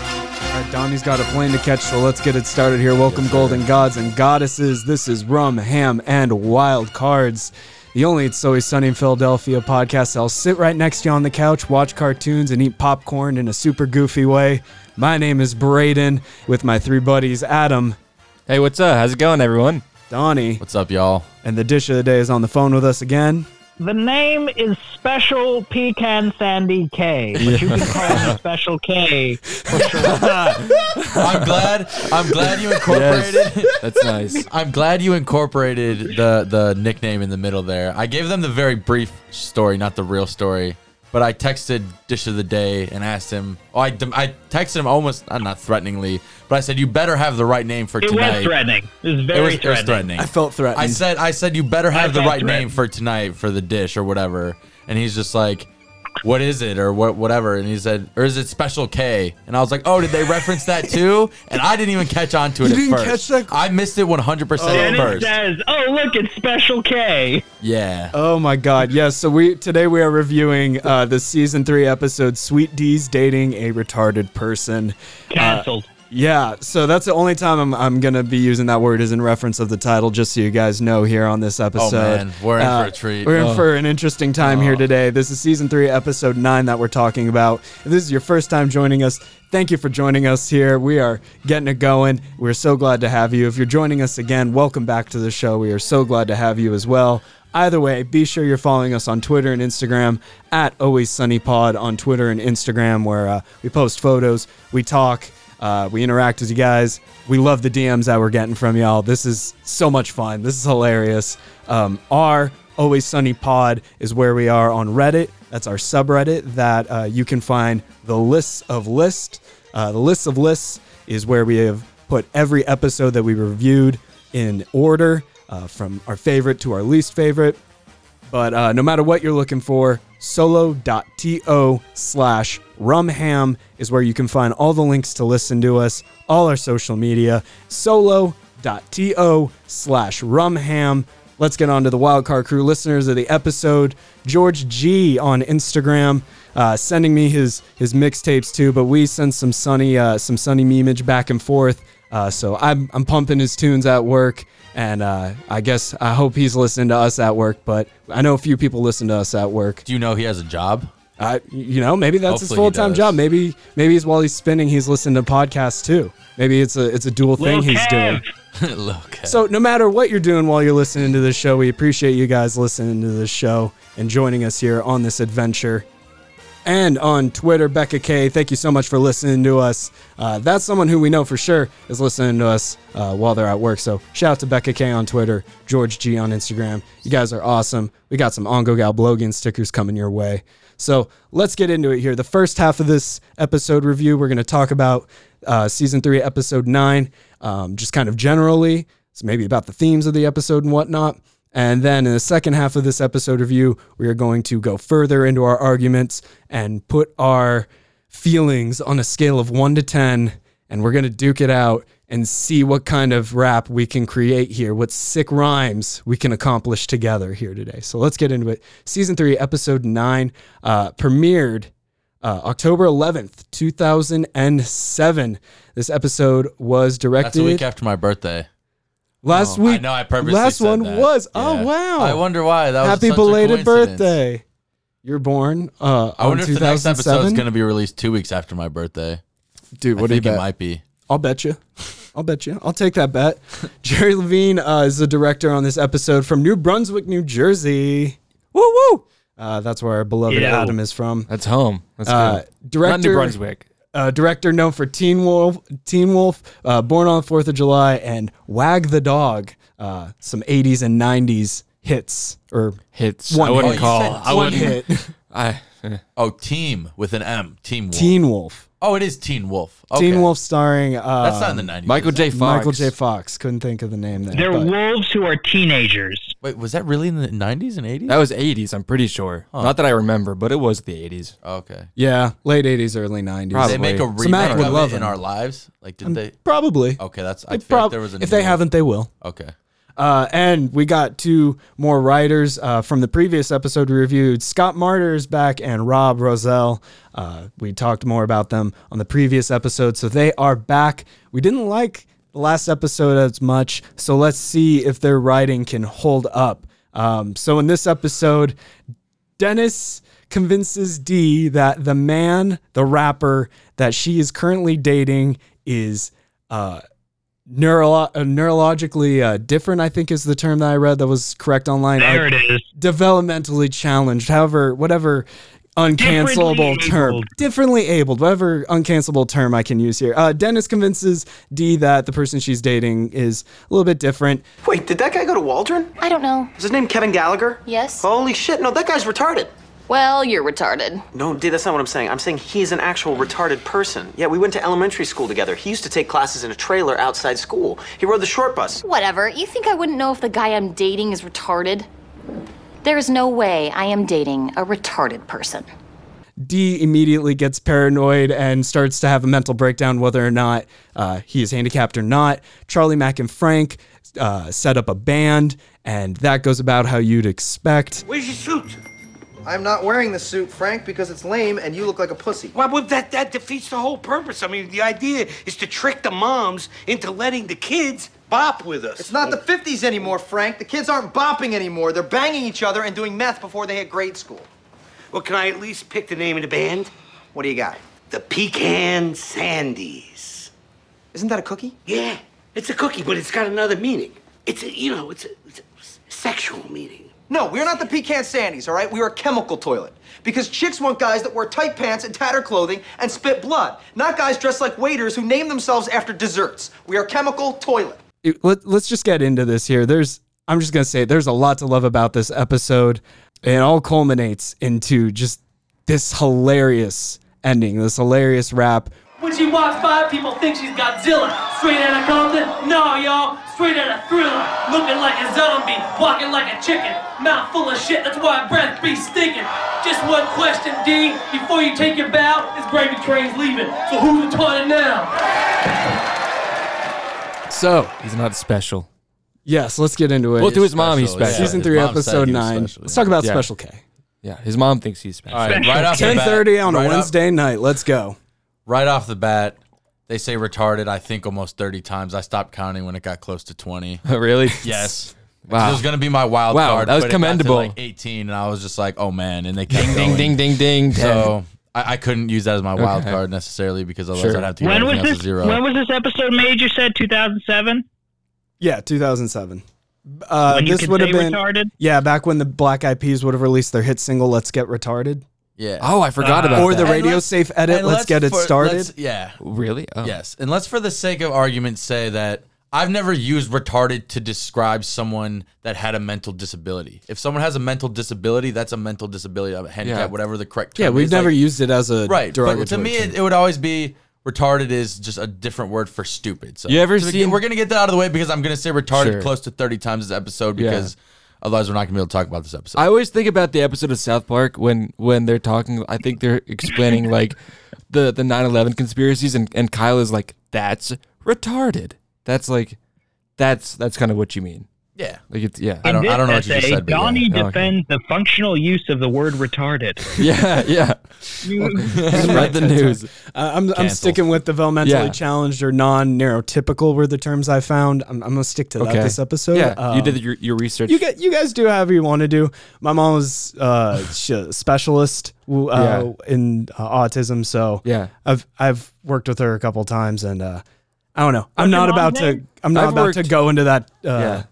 right, Donnie's got a plane to catch, so let's get it started here. Welcome, golden gods and goddesses. This is Rum, Ham, and Wild Cards. The only It's Always Sunny in Philadelphia podcast. I'll sit right next to you on the couch, watch cartoons, and eat popcorn in a super goofy way. My name is Braden with my three buddies, Adam, Hey, what's up? How's it going, everyone? Donnie, What's up, y'all? and the dish of the day is on the phone with us again. The name is Special Pecan Sandy K, but you can call him Special K. I'm glad. I'm glad you incorporated. That's nice. I'm glad you incorporated the the nickname in the middle there. I gave them the very brief story, not the real story. But I texted Dish of the Day and asked him. Oh, I, I texted him almost uh, not threateningly, but I said you better have the right name for It tonight. was threatening. It was It very was, it was threatening. threatening. I felt threatened. I said I said you better have the felt right name threatened. for tonight for the dish or whatever. And he's just like, What is it? Or what whatever. And he said, Or is it special K? And I was like, Oh, did they reference that too? And I didn't even catch on to it You at didn't first. catch that? I missed it one hundred percent at And it first. Uh, says, "Oh, look, it's Special K." Yeah. Oh my God! Yes. So we today we are reviewing uh, the season three episode "Sweet D's Dating a Retarded Person." Cancelled. Yeah. So that's the only time I'm, I'm gonna be using that word is in reference of the title, just so you guys know here on this episode. Oh, Uh, man. We're in for a treat. We're in Oh. for an interesting time here today. This is season three, episode nine that we're talking about. If this is your first time joining us, thank you for joining us here. We are getting it going. We're so glad to have you. If you're joining us again, welcome back to the show. We are so glad to have you as well. Either way, be sure you're following us on Twitter and Instagram at Always Sunny Pod on Twitter and Instagram, where uh, we post photos, we talk, uh, we interact with you guys. We love the DMs that we're getting from y'all. This is so much fun. This is hilarious. Um, our Always Sunny Pod is where we are on Reddit. That's our subreddit that uh, you can find the lists of lists. Uh, the lists of lists is where we have put every episode that we reviewed in order uh, from our favorite to our least favorite. But uh, no matter what you're looking for, solo.to slash rumham is where you can find all the links to listen to us, all our social media. Solo.to slash rumham. Let's get on to the wildcard crew listeners of the episode. George G on Instagram uh, sending me his his mixtapes too, but we send some sunny uh, some sunny memeage back and forth. Uh, so I'm I'm pumping his tunes at work. And uh, I guess I hope he's listening to us at work, but I know a few people listen to us at work. Do you know he has a job? I, you know, maybe that's his Hopefully full he time does. job. Maybe maybe he's while he's spinning, he's listening to podcasts too. Maybe it's a it's a dual thing Lil he's doing. Kev. Look. So no matter what you're doing while you're listening to this show, we appreciate you guys listening to this show and joining us here on this adventure. And on Twitter, Becca K, thank you so much for listening to us. Uh, that's someone who we know for sure is listening to us uh, while they're at work. So shout out to Becca K on Twitter, George G on Instagram. You guys are awesome. We got some Ongo Gal Blogan stickers coming your way. So let's get into it here. The first half of this episode review, we're going to talk about uh, season three, episode nine, um, just kind of generally. So maybe about the themes of the episode and whatnot. And then in the second half of this episode review, we are going to go further into our arguments and put our feelings on a scale of one to 10. And we're going to duke it out and see what kind of rap we can create here, what sick rhymes we can accomplish together here today. So let's get into it. Season three, episode nine, uh, premiered uh, October 11th, 2007. This episode was directed That's a week after my birthday. last I week. know I purposely Last said one that. was. Oh Yeah. wow! I wonder why. That was Happy such a belated coincidence. birthday. You're born uh, I wonder on if the next episode is 2007. gonna be released two weeks after my birthday. Dude, what I do you think bet? it might be. I'll bet you. I'll bet you. I'll take that bet. Jerry Levine uh, is the director on this episode from New Brunswick, New Jersey. Woo woo! Uh, that's where our beloved Yo. Adam is from. That's home. That's Uh, good. director Not New Brunswick. uh, director known for Teen Wolf, Teen Wolf, uh, Born on the Fourth of July, and Wag the Dog. Uh, some 80s and 90s hits or Hits. One I hit. wouldn't call. Oh, you said I one wouldn't. hit. I. Oh, team with an M. Team Wolf. Teen Wolf. Oh, it is Teen Wolf. Okay. Teen Wolf starring uh, That's not in the nineties. Michael J. Fox. Michael J. Fox. Couldn't think of the name there. They're but- wolves who are teenagers. Wait, was that really in the nineties and eighties? That was 80s. I'm pretty sure. Not that I remember, but it was the 80s. Oh, Okay. yeah, late 80s, early 90s. Did they make a Probably. Matt remake would of love it in him. Um, our lives? Like, did they? Probably. Okay, that's. I They feel like prob- there was a if they new- haven't, they will. Okay. Uh, and we got two more writers uh, from the previous episode we reviewed. Scott Martyr is back and Rob Rosell. Uh, we talked more about them on the previous episode. So they are back. We didn't like the last episode as much. So let's see if their writing can hold up. Um, so in this episode, Dennis convinces Dee that the man, the rapper that she is currently dating, is uh, neuro- uh, neurologically uh, different, I think is the term that I read that was correct online. There Uh, it is. developmentally challenged, however, whatever uncancelable Differently term, abled. differently abled, whatever uncancelable term I can use here. Uh, Dennis convinces Dee that the person she's dating is a little bit different. Wait, did that guy go to Waldron? I don't know. Is his name Kevin Gallagher? Yes? Holy shit, no, that guy's retarded. Well, you're retarded. No, dude, that's not what I'm saying. I'm saying he's an actual retarded person. Yeah, we went to elementary school together. He used to take classes in a trailer outside school. He rode the short bus. Whatever. You think I wouldn't know if the guy I'm dating is retarded? There is no way I am dating a retarded person. D immediately gets paranoid and starts to have a mental breakdown whether or not uh, he is handicapped or not. Charlie Mack and Frank uh, set up a band, and that goes about how you'd expect. Where's your suit? I'm not wearing the suit, Frank, because it's lame and you look like a pussy. Well, well, that that defeats the whole purpose. I mean, the idea is to trick the moms into letting the kids bop with us. It's not the 50s anymore, Frank. The kids aren't bopping anymore. They're banging each other and doing meth before they hit grade school. Well, can I at least pick the name of the band? What do you got? The Pecan Sandies. Isn't that a cookie? Yeah, it's a cookie, but it's got another meaning. It's a, you know, it's a, it's a sexual meaning. No, we're not the pecan sandies, all right? We're a chemical toilet. Because chicks want guys that wear tight pants and tattered clothing and spit blood, not guys dressed like waiters who name themselves after desserts. We are chemical toilet. it- let, let's just get into this here. There's, I'm just gonna say, there's a lot to love about this episode. It all culminates into just this hilarious ending, this hilarious rap. When she walks by, people think she's Godzilla. Straight out of Compton? No, y'all. Straight out of Thriller. Looking like a zombie, walking like a chicken. Mouth full of shit, that's why her breath be stinking. Just one question, D. Before you take your bow, this gravy train's leaving. So who's retarded now? So he's not special. Yes, let's get into it. Well, to his mom, he's special, yeah. special. Season his three, mom said episode he was nine. special, Let's yeah. talk about Yeah. Special K. Yeah, his mom thinks he's special. All right, right off the Ten bat- thirty on a right off- Wednesday night. Let's go. right off the bat, they say retarded. I think almost thirty times. I stopped counting when it got close to twenty. really? Yes. It Wow. was gonna be my wild Wow, card. that was but it got to, commendable. like Eighteen, and I was just like, oh man, and they kept Ding ding going. ding ding ding. So I, I couldn't use that as my wild Okay. card necessarily because otherwise Sure. I'd have to get When was everything else this? to zero. When was this episode made? You said 2007. Yeah, 2007. Uh, When you this could would have say been retarded? yeah back when the Black Eyed Peas would have released their hit single "Let's Get Retarded" yeah. oh, I forgot Uh, about or the that. And radio let's- safe edit. and Let's, get it for- started. let's- Yeah. really? Oh. Yes. And let's, for the sake of argument, say that I've never used retarded to describe someone that had a mental disability. If someone has a mental disability, that's a mental disability, a handicap, Yeah. whatever the correct term Yeah, we've is. never Like- used it as a right. But to derogatory me, term. it, it would always be retarded is just a different word for stupid. So You ever so we- seen- We're gonna get that out of the way because I'm gonna say retarded Sure. close to 30 times this episode Yeah. because otherwise we're not gonna be able to talk about this episode. I always think about the episode of South Park when when they're talking. I think they're explaining like the the 11 conspiracies, and and Kyle is like, "That's retarded." That's like, that's that's kind of what you mean. yeah. Like it's yeah. I don't- In this know what you just essay, said, but yeah. Donnie Oh, okay. defends the functional use of the word retarded. Yeah, yeah. Just read the news. Uh, I'm, I'm sticking with developmentally Yeah. challenged or non-neurotypical were the terms I found. I'm, I'm gonna stick to that this episode. Yeah, you Um, did your, your research. You get you guys do however you want to do. My mom was uh, sh- a specialist w- uh, in uh, autism, so Yeah. I've I've worked with her a couple times, and uh, I don't know. I'm your not mom's about to. name? I'm not I've about to worked- go into that. Uh, yeah,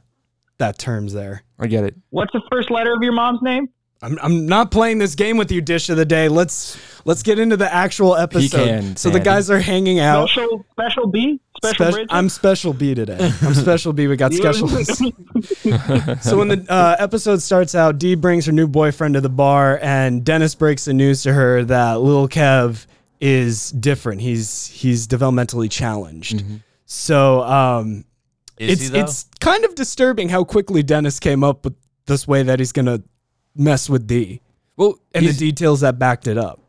That terms there. I get it. What's the first letter of your mom's name? I'm, I'm not playing this game with you, Dish of the Day. Let's let's get into the actual episode. Pecan so the Sandy. guys are hanging out. Special, special B, special Spec- bridge. I'm special B today. I'm special B. We got special. so when the uh, episode starts out, Dee brings her new boyfriend to the bar, and Dennis breaks the news to her that Lil Kev is different. He's he's developmentally challenged. So um, Mm-hmm. Is it's he though? it's kind of disturbing how quickly Dennis came up with this way that he's gonna mess with Dee Well, and he's, the details that backed it up.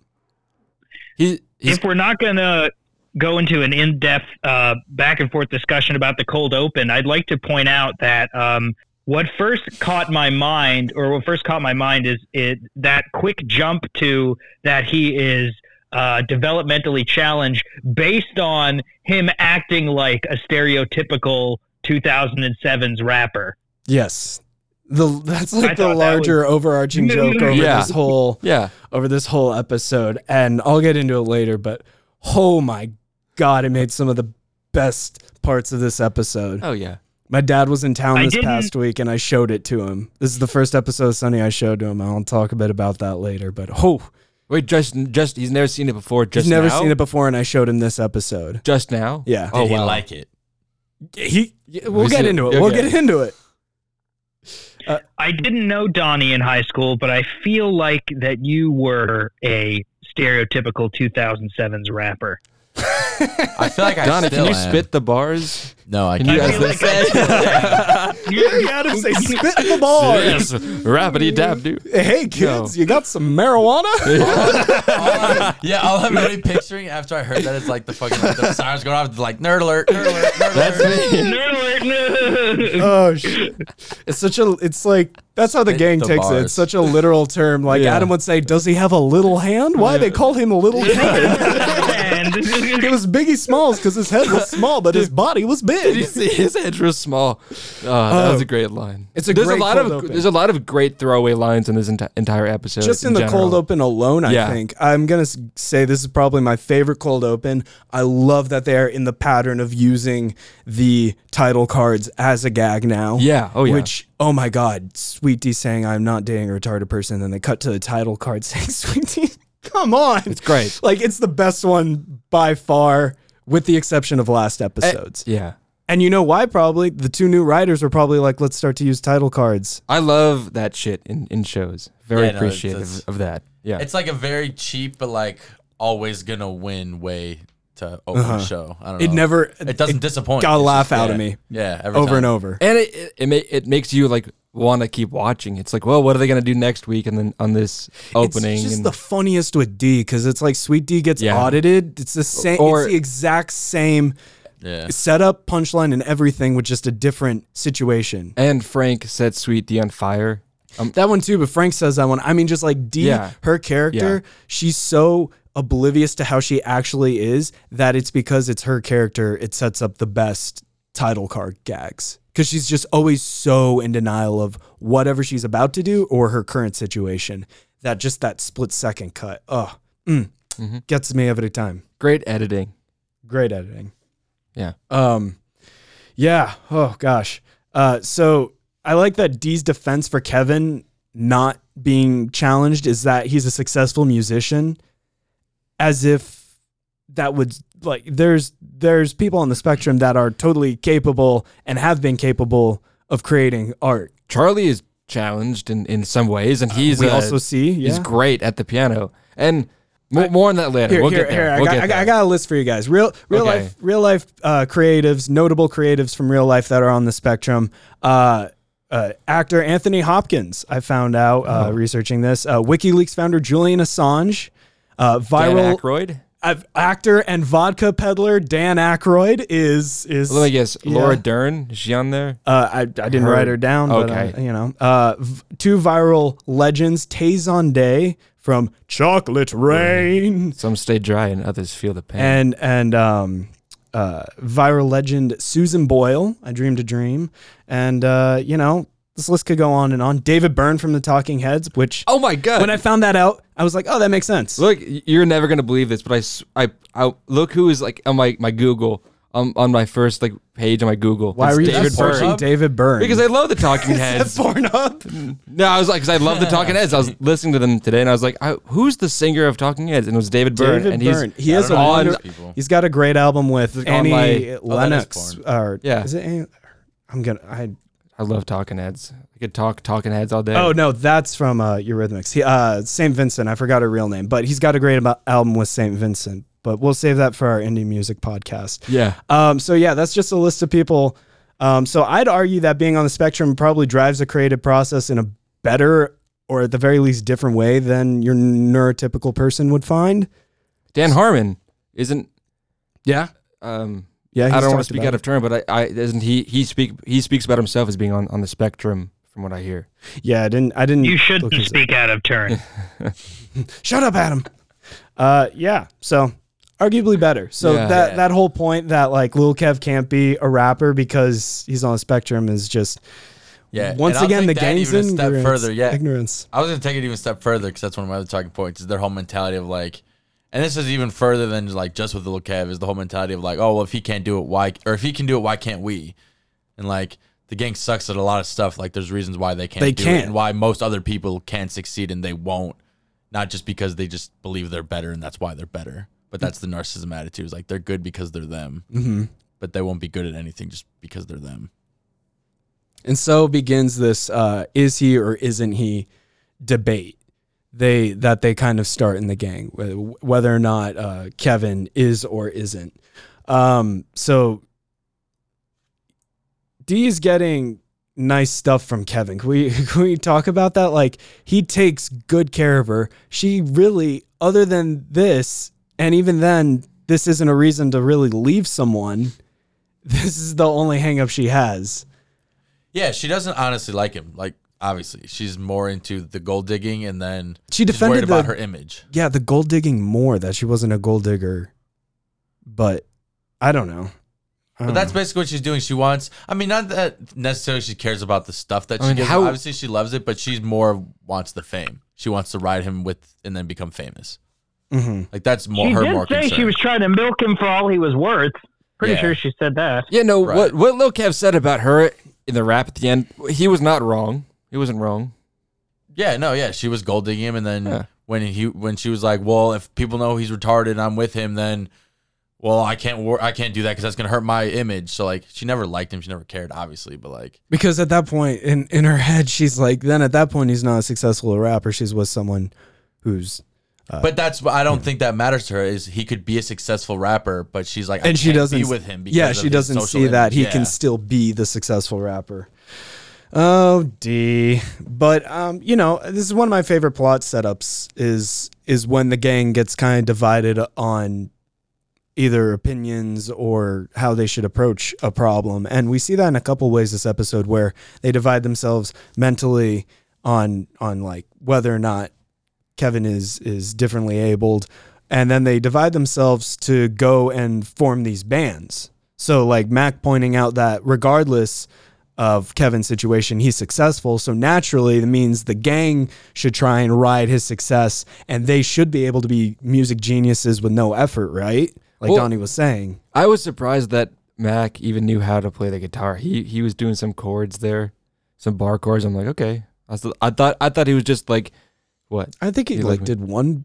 he- he's if we're not gonna go into an in-depth uh, back and forth discussion about the cold open, I'd like to point out that um, what first caught my mind, or what first caught my mind, is it that quick jump to that he is uh, developmentally challenged, based on him acting like a stereotypical 2007's rapper. Yes. The that's like I the thought that larger overarching joke over Yeah. this whole Yeah. over this whole episode and I'll get into it later but oh my god it made some of the best parts of this episode. Oh yeah. My dad was in town I this didn't- past week and I showed it to him. This is the first episode of Sunny I showed to him. I'll talk a bit about that later but oh Wait, just just he's never seen it before. Just he's never now? seen it before and I showed him this episode. Just now. Yeah. Did Oh, he wow. like it? He yeah, we'll Is get it- into it. We'll okay. get into it. I didn't know Donnie in high school, but I feel like that you were a stereotypical 2007's rapper. I feel like I Donna, still can you am. spit the bars? No, I Can can't. you I guys feel like I- Larry Adams say spit the ball. yes, rapidy dab, dude. Hey kids, you got some marijuana? yeah, all I'm really picturing after I heard that is like the fucking like, the sirens going off, like nerd alert, nerd alert, nerd alert. That's me. oh shit. It's such a it's like that's how the Spit gang the takes it. bars. It's such a literal term. Like Yeah. Adam would say, Does he have a little hand? Why they called him a little hand? it was Biggie Smalls because his head was small, but his body was Did you big. see his head was small? Oh, that was a great line. It's a there's great a lot cold of open. there's a lot of great throwaway lines in this enti- entire episode. Just in, the general. cold open alone, I Yeah. think. I'm going to say this is probably my favorite cold open. I love that they're in the pattern of using the title cards as a gag now. Yeah. Oh yeah. Which, oh my God, Sweet D saying, I'm not dating a retarded person. Then they cut to the title card saying, Sweet D, come on. It's great. Like, it's the best one by far, with the exception of last Eh, episodes. yeah. and you know why, probably? The two new writers were probably like, let's start to use title cards. I love that shit in, in shows. Very Yeah, no, it's- appreciative it's- of that. Yeah. It's like a very cheap but like always gonna win way to open the show. I Oh. don't know. Uh-huh. It never. it doesn't disappoint. got a It's just- laugh out of yeah. me. Yeah, every over time. and over. and it it, it, ma- it makes you like want to keep watching. It's like, well, what are they gonna do next week? And then on this opening, It's just and, the funniest with D because it's like Sweet D gets Yeah. audited. It's the same. Or- it's the exact same Yeah. setup, punchline, and everything with just a different situation. and Frank set Sweet D on fire. That one too, but Frank says that one. I mean, just like D, Um, Yeah. her character, she's so oblivious to how she actually is that it's because it's her character. It sets up the best title card gags because she's just always so in denial of whatever she's about to do or her current situation that just that split second cut, oh, mm, Mm-hmm. gets me every time. Great editing. Great editing. Yeah. Um, yeah. Oh gosh. Uh, so I like that D's defense for Kevin not being challenged is that he's a successful musician, as if that would like there's there's people on the spectrum that are totally capable and have been capable of creating art. Charlie is challenged in, in some ways, and he's we uh, also see yeah. Uh, he's great at the piano. And mo- more on that later. Here, we'll here, get there. here. I, We'll got, get I, got, there. I got a list for you guys. Real, real Okay. life, real life uh, creatives, notable creatives from real life that are on the spectrum. Uh, uh, actor Anthony Hopkins, I found out Oh. uh, researching this. Uh, WikiLeaks founder Julian Assange, uh, Dan viral Aykroyd. uh, actor and vodka peddler Dan Aykroyd is is. Let me guess. yeah. Oh, Laura Dern. Is she on there? Uh, I, I didn't Her. write her down, but Okay. uh, you know, uh, v- two viral legends, Tazon Day from Chocolate Rain, Some stay dry and others feel the pain. and and um, uh, viral legend Susan Boyle, "I Dreamed a Dream," and uh, you know this list could go on and on. David Byrne from the Talking Heads, which oh my god! when I found that out, I was like, oh, that makes sense. look, y- you're never gonna believe this, but I s- I, I look who is like on my my Google um, on my first like page on my Google. Why It's were you David searching Byrne. David Byrne? Because I love the Talking that's Heads. Pornhub. No, I was like, because I love the Talking Heads. I was listening to them today, and I was like, I, "Who's the singer of Talking Heads?" And it was David Byrne. David and Byrne. he's He I is don't a know wonder- these people. He's got a great album with it Annie on my- Lennox. Oh, porn. or Yeah. is it? Annie? I'm gonna. I I love Talking Heads. I could talk Talking Heads all day. Oh no, that's from uh, Eurythmics. He, uh, Saint Vincent. I forgot her real name, but he's got a great abo- album with Saint Vincent. But we'll save that for our indie music podcast. yeah. Um, so yeah, that's just a list of people. Um, so I'd argue that being on the spectrum probably drives the creative process in a better or at the very least different way than your neurotypical person would find. Dan Harmon isn't Yeah. Um, Yeah, I he's don't want to talked speak about out of turn, but I, I isn't he he speak he speaks about himself as being on, on the spectrum from what I hear. Yeah, I didn't. I didn't. You look shouldn't his- speak out of turn. Shut up, Adam. Uh, yeah. So arguably better. So Yeah. that that whole point that like Lil Kev can't be a rapper because he's on the spectrum is just Yeah. and once I'll again take the that gang's even a ignorance. step further. Yeah. ignorance. I was gonna take it even a step further because that's one of my other talking points is their whole mentality of like, and this is even further than like just with Lil Kev is the whole mentality of like, oh well, if he can't do it, why or if he can do it, why can't we? And like the gang sucks at a lot of stuff. Like there's reasons why they can't They do it can't. and why most other people can succeed and they won't, not just because they just believe they're better and that's why they're better. Mm. But that's the narcissism attitude. Is like they're good because they're them, mm-hmm. but they won't be good at anything just because they're them. And so begins this uh, is he or isn't he debate they that they kind of start in the gang wh- whether or not uh, Kevin is or isn't. Um, so D is getting nice stuff from Kevin. Can we can we talk about that? Like he takes good care of her. She really, other than this, and even then, this isn't a reason to really leave someone. This is the only hang up she has. Yeah, she doesn't honestly like him. Like obviously, she's more into the gold digging, and then She she's defended worried about the- her image. yeah, the gold digging more that she wasn't a gold digger, but I don't know. I But don't that's know. basically what she's doing. She wants. I mean, not that necessarily she cares about the stuff that I she mean, gives. how- Obviously, she loves it, but she's more wants the fame. She wants to ride him with and then become famous. Mhm. Like that's more she her did more say concern. she was trying to milk him for all he was worth. Pretty Yeah. sure she said that. Yeah, no, Right. what what Lil Kev said about her in the rap at the end, he was not wrong. He wasn't wrong. yeah, no, yeah, she was gold digging him, and then Yeah. when he when she was like, well, if people know he's retarded and I'm with him, then well, I can't wor- I can't do that because that's gonna hurt my image. So like, she never liked him. She never cared, obviously, but like. because at that point in in her head she's like, then at that point he's not a successful rapper. She's with someone who's But that's what I don't think that matters to her. Is he could be a successful rapper, but she's like, I and she can't doesn't be s- with him. Because Yeah, of she his doesn't social see that he image. can Yeah. still be the successful rapper. Oh, D. But um, you know, this is one of my favorite plot setups. Is is when the gang gets kind of divided on either opinions or how they should approach a problem, and we see that in a couple ways this episode, where they divide themselves mentally on on like whether or not Kevin is is differently abled, and then they divide themselves to go and form these bands. So like Mac pointing out that regardless of Kevin's situation, he's successful. So naturally, that means the gang should try and ride his success, and they should be able to be music geniuses with no effort, right? Like Well- Donnie was saying. I was surprised that Mac even knew how to play the guitar. He he was doing some chords there, some bar chords. I'm like, okay. I, was, I thought I thought he was just like, what? I think he He like looked- did one.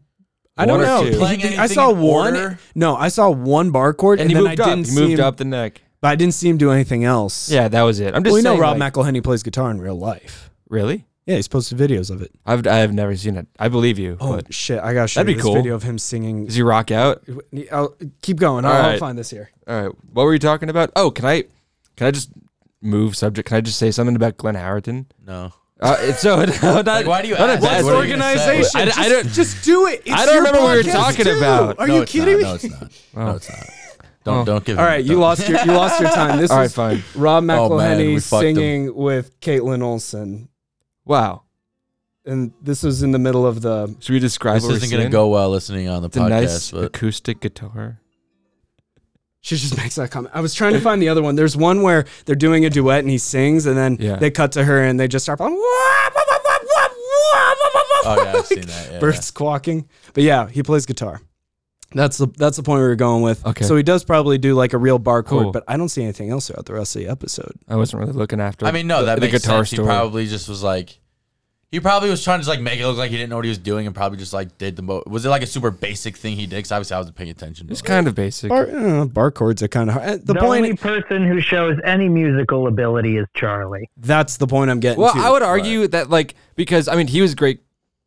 I One don't or know. two. Playing He- I anything saw in one. order? No, I saw one bar chord, And, and, he then moved I up. didn't He see moved him, up the neck. but I didn't see him do anything else. Yeah, that was it. I'm just Well, you know saying, Rob like, McElhenney plays guitar in real life. Really? Yeah, he's posted videos of it. I've I have never seen it. I believe you. Oh but shit! I gotta show That'd you be this cool. video of him singing. does he rock out? I'll, keep going. I'll, All I'll right. find this here. All right. What were you talking about? Oh, can I can I just move subject? Can I just say something about Glenn Howerton? No. Uh, it's so no, not, why do you not a ask? bad What are you thing. gonna say? I, I don't. Just do it. It's I don't your remember what we were podcast talking too. about. Are No, you it's kidding not. No, me? it's not. No, it's not. Don't don't give. Oh. All him- right, you don't- lost your you lost your time. This All right, is fine. Rob Oh, man, McElhenney we fucked him. singing with Caitlin Olsen, Wow. and this was in the middle of the. Should we describe This what we're isn't gonna seeing? go well listening on the It's a podcast, nice but acoustic guitar. She just makes that comment. I was trying to find the other one. There's one where they're doing a duet and he sings, and then Yeah. they cut to her and they just start. oh yeah, I've seen that. Yeah, bird squawking. But yeah, he plays guitar. That's the that's the point we were going with. Okay. So he does probably do like a real bar chord, Cool. but I don't see anything else throughout the rest of the episode. I wasn't really looking after. yeah. I mean, no, the, that the makes guitar sense. story. He probably just was like, he probably was trying to just like make it look like he didn't know what he was doing, and probably just like did the most. Was it like a super basic thing he did? 'Cause obviously I wasn't paying attention. it's kind of basic. Bar, uh, bar chords are kind of hard. Uh, The, The, point only person who shows any musical ability is Charlie. that's the point I'm getting. Well, to. I would argue that like because I mean he was a great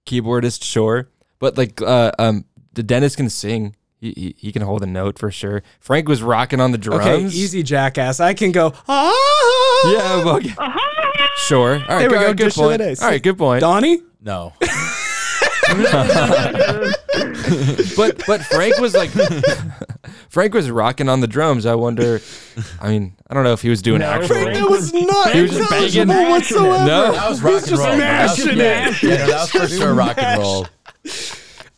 keyboardist, sure, but like uh, um, the Dennis can sing. He, he, he can hold a note for sure. Frank was rocking on the drums. Okay, easy jackass. I can go. Ah, Yeah, well, okay. sure. All right, There we all go, right, Good dish of the point. day. All right, good point. Donnie. No. But but Frank was like, Frank was rocking on the drums. I wonder. I mean, I don't know if he was doing No, actual. Frank- It was not He was just intelligible banging. whatsoever. No. That was He's rock and just roll. That was- mashing yeah, it. yeah, that was for sure rock and roll.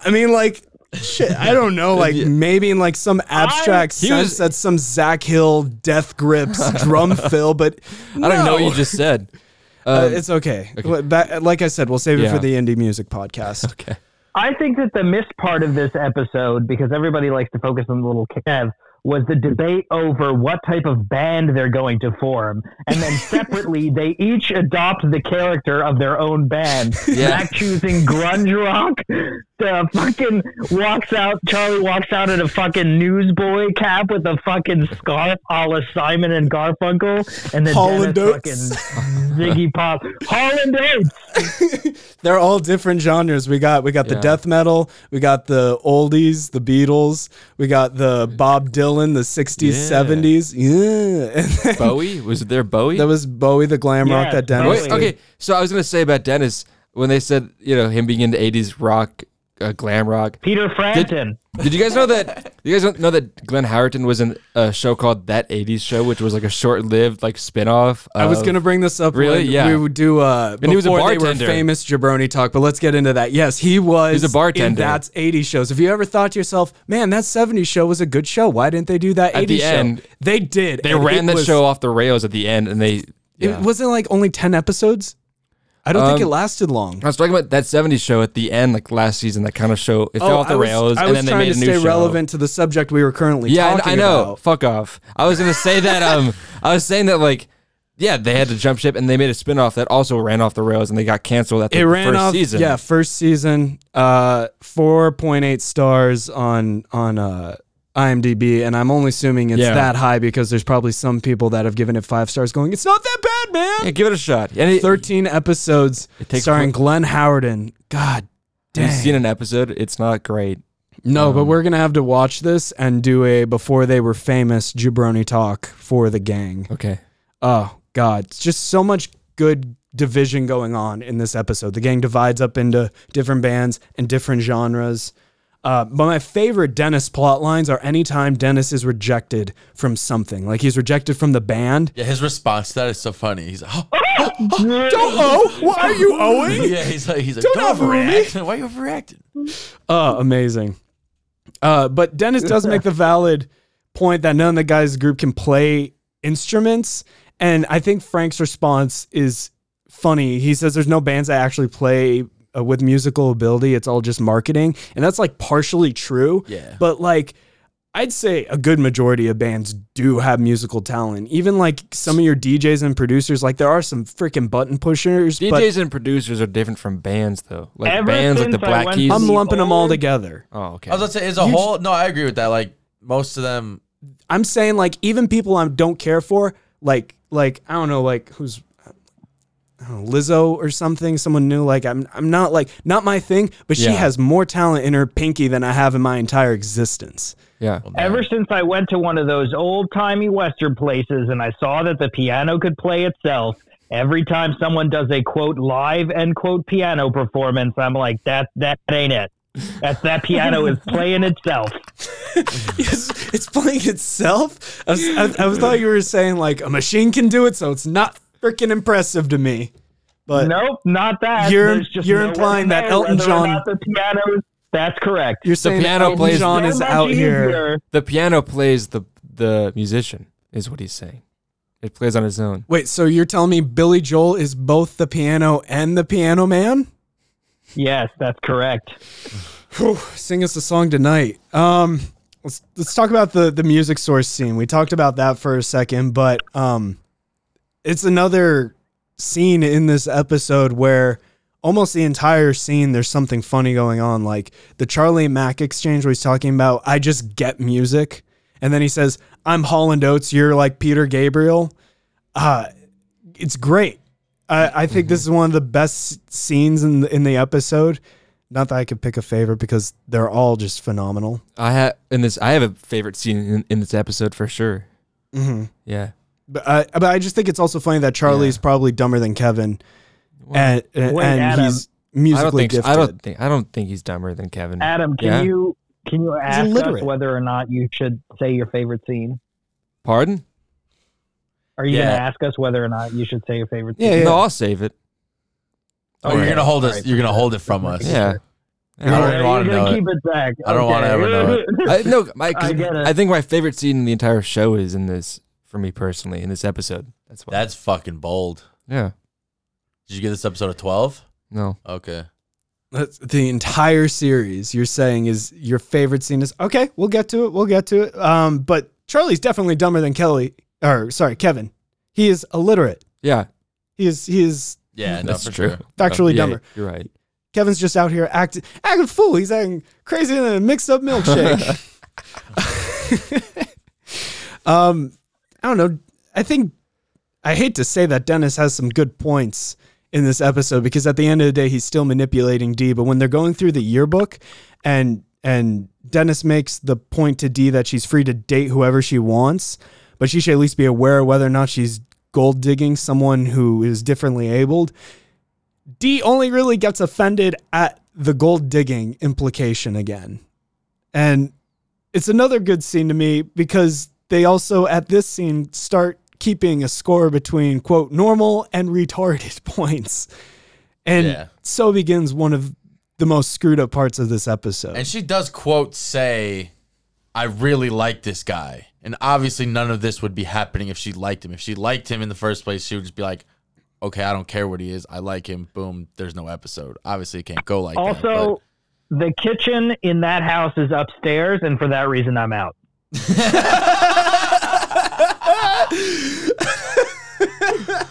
I mean, like, shit. I don't know. Like, maybe in like some abstract he sense, was- that's some Zach Hill Death Grips drum fill, but I don't even know what no. you just said. Uh, Um, it's okay. Well, that- like I said, we'll save it Yeah. for the indie music podcast. okay. I think that the missed part of this episode, because everybody likes to focus on the little Kev, was the debate over what type of band they're going to form. And then separately, they each adopt the character of their own band. Yeah. Zach choosing grunge rock. The fucking walks out, Charlie walks out in a fucking newsboy cap with a fucking scarf a la Simon and Garfunkel. And then Holland Dennis Oates. fucking Ziggy Pop. Holland Oates! They're all different genres. We got we got the Yeah. death metal, we got the oldies, the Beatles, we got the Bob Dylan, the '60s, Yeah. '70s. Yeah, and then Bowie was there? Bowie. that was Bowie, the glam rock Yeah, that Dennis. Bowie. Wait, okay, so I was gonna say about Dennis when they said you know him being into '80s rock, uh, glam rock. Peter Frampton. Did you guys know that? You guys don't know that Glenn Howerton was in a show called That '80s Show, which was like a short-lived like spin-off. I was of- gonna bring this up. Really? when Yeah. We would do uh, And he was a before They bartender. were famous jabroni talk, but let's get into that. Yes, he was. He's a bartender. In that's 80 shows. Have you ever thought to yourself, man, that 70 show was a good show? Why didn't they do that 80 At the show? end, they did. They and ran it that was- show off the rails at the end, and they. It yeah. wasn't like only 10 episodes. I don't think it Um, lasted long. I was talking about that '70s show at the end, like last season. That kind of show it fell off the Oh, I was, rails, I and was then they trying made to a new stay show. relevant to the subject we were currently Yeah, I- talking I know. about. Fuck off. I was gonna say that. Um, I was saying that like, yeah, they had to jump ship, and they made a spinoff that also ran off the rails, and they got canceled at the it ran first off season. yeah first season uh 4.8 stars on on uh IMDb and I'm only assuming it's Yeah. that high because there's probably some people that have given it 5 stars going it's not that bad Yeah, man. give it a shot. And it, 13 episodes takes starring Glenn Howerton. God Have dang. you seen an episode? It's not great. no, Um, but we're going to have to watch this and do a before they were famous jabroni talk for the gang. Okay. Oh God, it's just so much good division going on in this episode. The gang divides up into different bands and different genres. Uh, but my favorite Dennis plot lines are anytime Dennis is rejected from something, like he's rejected from the band. Yeah, his response to that is so funny. He's like, oh, Don't owe. What are you owing? yeah, he's like, he's like, Don't don't, overreact. overreact. Why are you overreacting? Oh, amazing. Uh, but Dennis does make the valid point that none of the guys in the group can play instruments. And I think Frank's response is funny. He says there's no bands that actually play uh, with musical ability, it's all just marketing. And that's like partially true. Yeah. But like, I'd say a good majority of bands do have musical talent. Even like some of your DJs and producers, like there are some freaking button pushers. DJs but and producers are different from bands, though. Like Ever bands, like the since I Black went Keys. to- I'm lumping them all Old- together. oh, okay. I was about to say, as a whole, no, I agree with that. Like, most of them, I'm saying like even people I don't care for, like like I don't know, like who's I don't know, Lizzo or something, someone new. Like I'm I'm not like not my thing, but Yeah. she has more talent in her pinky than I have in my entire existence. yeah. Ever since I went to one of those old timey Western places and I saw that the piano could play itself, every time someone does a quote live end quote piano performance, I'm like, that that ain't it. That's that piano is playing itself. it's, it's playing itself. I was, I, I was thought you were saying like a machine can do it, so it's not freaking impressive to me. But Nope, not that. You're- There's just you're no implying one that there, Elton whether or John- not the pianos. That's correct. you're saying piano Elton plays- John So is much out here. easier. The piano plays the the musician, is what he's saying. It plays on its own. Wait, so you're telling me Billy Joel is both the piano and the piano man? Yes, that's correct. Whew, sing us a song tonight. Um, let's let's talk about the the music source scene. We talked about that for a second, but um, it's another scene in this episode where almost the entire scene there's something funny going on. Like the Charlie Mack exchange where he's talking about I just get music, and then he says I'm Holland Oates, you're like Peter Gabriel. Uh, it's great. I, I think this is one of the best scenes in the, in the episode. Not that I could pick a favorite because they're all just phenomenal. I have in this. I have a favorite scene in, in this episode for sure. Mm-hmm. Yeah. But I, but I just think it's also funny that Charlie's probably dumber than Kevin, and and Adam. he's I don't musically think. so. gifted. I don't think. I don't think he's dumber than Kevin. Adam, can Yeah? you Can you ask us illiterate. whether or not you should say your favorite scene? Pardon? Are you going Yeah. to ask us whether or not you should say your favorite Yeah, scene? yeah. No, I'll save it. Oh, you're gonna hold us. Alright. You're gonna hold it from us. Yeah. I don't You're want to gonna know it. keep it back. I don't wanna ever know it. I, no, my, 'cause I get it. I think my favorite scene in the entire show is in this, for me personally, in this episode. That's why. That's fucking bold. yeah. Did you get this episode of twelve? No. Okay. That's the entire series you're saying is your favorite scene is okay, we'll get to it, we'll get to it. Um, but Charlie's definitely dumber than Kelly or sorry, Kevin. He is illiterate. Yeah. He is he is Yeah, no, That's for true. sure. factually Yeah, dumber. You're right. Kevin's just out here acting acting fool. He's acting crazy than a mixed up milkshake. um, I don't know. I think I hate to say that Dennis has some good points in this episode because at the end of the day he's still manipulating D. But when they're going through the yearbook and and Dennis makes the point to D that she's free to date whoever she wants, but she should at least be aware of whether or not she's gold digging someone who is differently abled. D only really gets offended at the gold digging implication again. And it's another good scene to me because they also, at this scene, start keeping a score between, quote, normal and retarded points. And Yeah. so begins one of the most screwed up parts of this episode. And she does quote say, "I really like this guy," and obviously none of this would be happening if she liked him. If she liked him in the first place, she would just be like, "Okay, I don't care what he is. I like him." Boom. There's no episode. Obviously, it can't go like that. Also, the kitchen in that house is upstairs, and for that reason, I'm out. but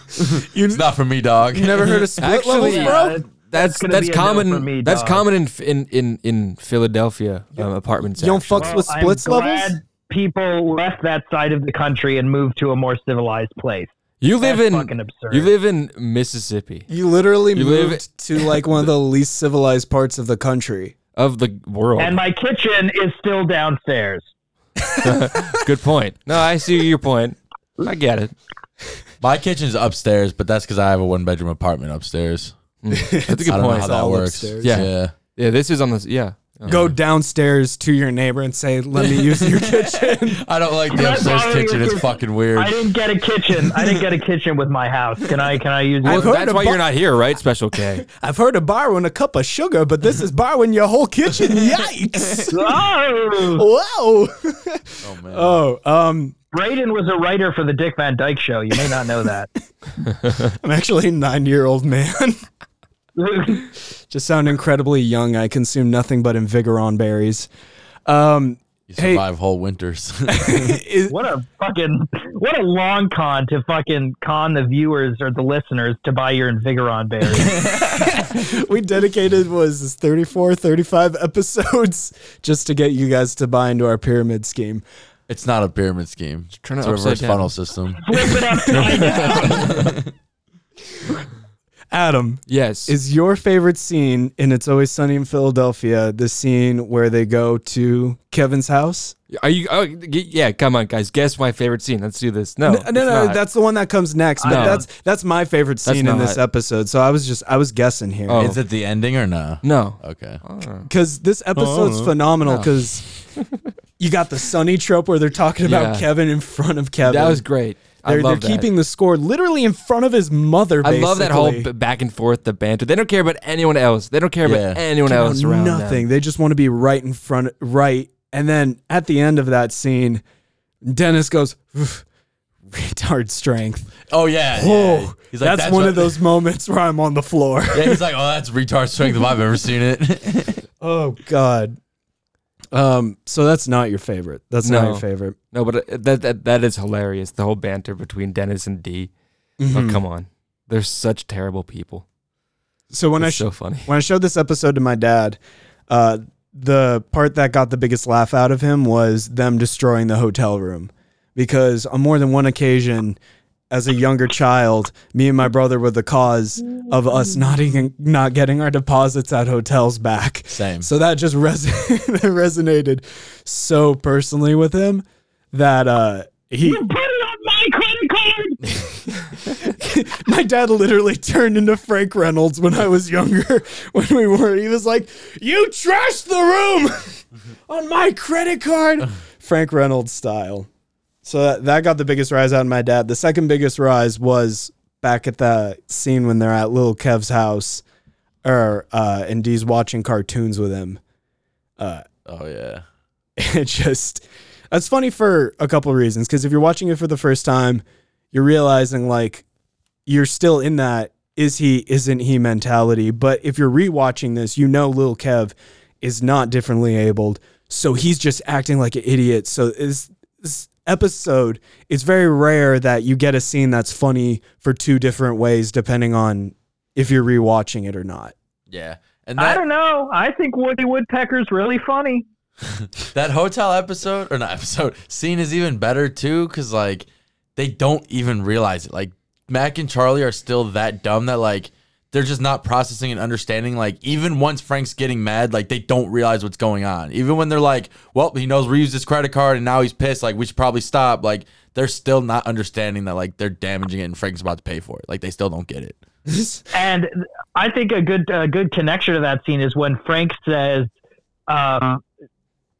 it's not for me, dog. You never heard of split levels, Actually, bro? that's- That's gonna that's be a no common. for me, that's dog. common in in in in Philadelphia um, apartments. You don't actually. fucks with I'm splits glad levels? People left that side of the country and moved to a more civilized place. You live That's in fucking absurd. you live in Mississippi You literally You live- moved to like one of the least civilized parts of the country. of the Oh. world. And my kitchen is still downstairs. Good point. No, I see your point. I get it. My kitchen's upstairs, but that's because I have a one bedroom apartment upstairs. That's a good I don't know point. how that all works. upstairs. Yeah. yeah. Yeah, this is on the yeah. Go downstairs to your neighbor and say, "Let me use your kitchen." I don't like the That's upstairs why we kitchen. were It's just- fucking weird. I didn't get a kitchen. I didn't get a kitchen with my house. Can I? Can I use? I've Well, yours? heard that's why about- you're not here, right? Special K. I've heard of borrowing a cup of sugar, but this is borrowing your whole kitchen. Yikes! Oh, Wow. Oh man. Oh, um, Braden was a writer for the Dick Van Dyke Show. You may not know that. I'm actually a nine-year-old man. Just sound incredibly young. I consume nothing but Invigoron berries. Um, you hey- survive whole winters. is- what a fucking what a long con to fucking con the viewers or the listeners to buy your Invigoron berries. we dedicated was this 34, 35 episodes just to get you guys to buy into our pyramid scheme. it's not a pyramid scheme. trying It's to a reverse upside down. funnel system. Flip it upside down. Adam, Yes. Is your favorite scene in It's Always Sunny in Philadelphia the scene where they go to Kevin's house? Are you? Oh, g- yeah. Come on, guys. Guess my favorite scene. Let's do this. No. no, no, it's not. that's the one that comes next. But No. that's that's my favorite That's scene in this not. episode. So I was just I was guessing here Oh. Is it the ending or no? no. Okay. because this Oh. episode's phenomenal because you got the Sunny trope where they're talking about Yeah. Kevin in front of Kevin. That was great. I They're, love they're that. keeping the score literally in front of his mother. I love that whole basically. b- back and forth, the banter. They don't care about anyone else. They don't care about Yeah. anyone know else around them. nothing. They just want to be right in front, right. And then at the end of that scene, Dennis goes, "Oof, retard strength. Oh yeah. yeah. Oh, He's like, that's, one what- of those moments where I'm on the floor. Yeah, he's like, oh, that's retard strength if I've ever seen it. oh God. Um, so that's not your favorite. That's not No. your favorite. No, but uh, that, that that is hilarious. The whole banter between Dennis and D. Mm-hmm. Oh, come on, they're such terrible people. So when I It's sh- so funny. when I showed this episode to my dad, uh, the part that got the biggest laugh out of him was them destroying the hotel room. Because on more than one occasion, as a younger child, me and my brother were the cause of us not even not getting our deposits at hotels back. Same. So that just res- that resonated so personally with him that uh, he Put it on my credit card. my dad literally turned into Frank Reynolds when I was younger. When we were, he was like, "You trashed the room." on my credit card, Frank Reynolds style. So that, that got the biggest rise out of my dad. The second biggest rise was back at the scene when they're at Lil Kev's house, or uh, and D's watching cartoons with him. Oh yeah. it just it's funny for a couple of reasons because if you're watching it for the first time you're realizing like you're still in that is he isn't he mentality but if you're rewatching this you know lil kev is not differently abled so he's just acting like an idiot so is this episode it's very rare that you get a scene that's funny for two different ways depending on if you're rewatching it or not Yeah. And I that, don't know. I think Woody Woodpecker's really funny. that hotel episode or not episode scene is even better too because like they don't even realize it like mac and charlie are still that dumb that like they're just not processing and understanding like even once frank's getting mad like they don't realize what's going on even when they're like well he knows we used his credit card and now he's pissed like we should probably stop like they're still not understanding that like they're damaging it and frank's about to pay for it like they still don't get it And I think a good a good connection to that scene is when Frank says, um,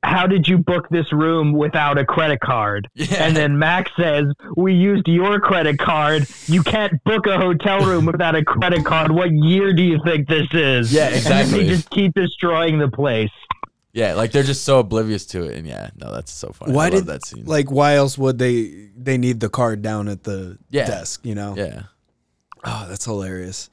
"How did you book this room without a credit card?" Yeah. And then Max says, "We used your credit card. You can't book a hotel room without a credit card. What year do you think this is?" Yeah, And then exactly. they just keep destroying the place. yeah like they're just so oblivious to it and yeah no that's so funny why I did love that scene like why else would they they need the card down at the Yeah. desk you know yeah Oh, that's hilarious.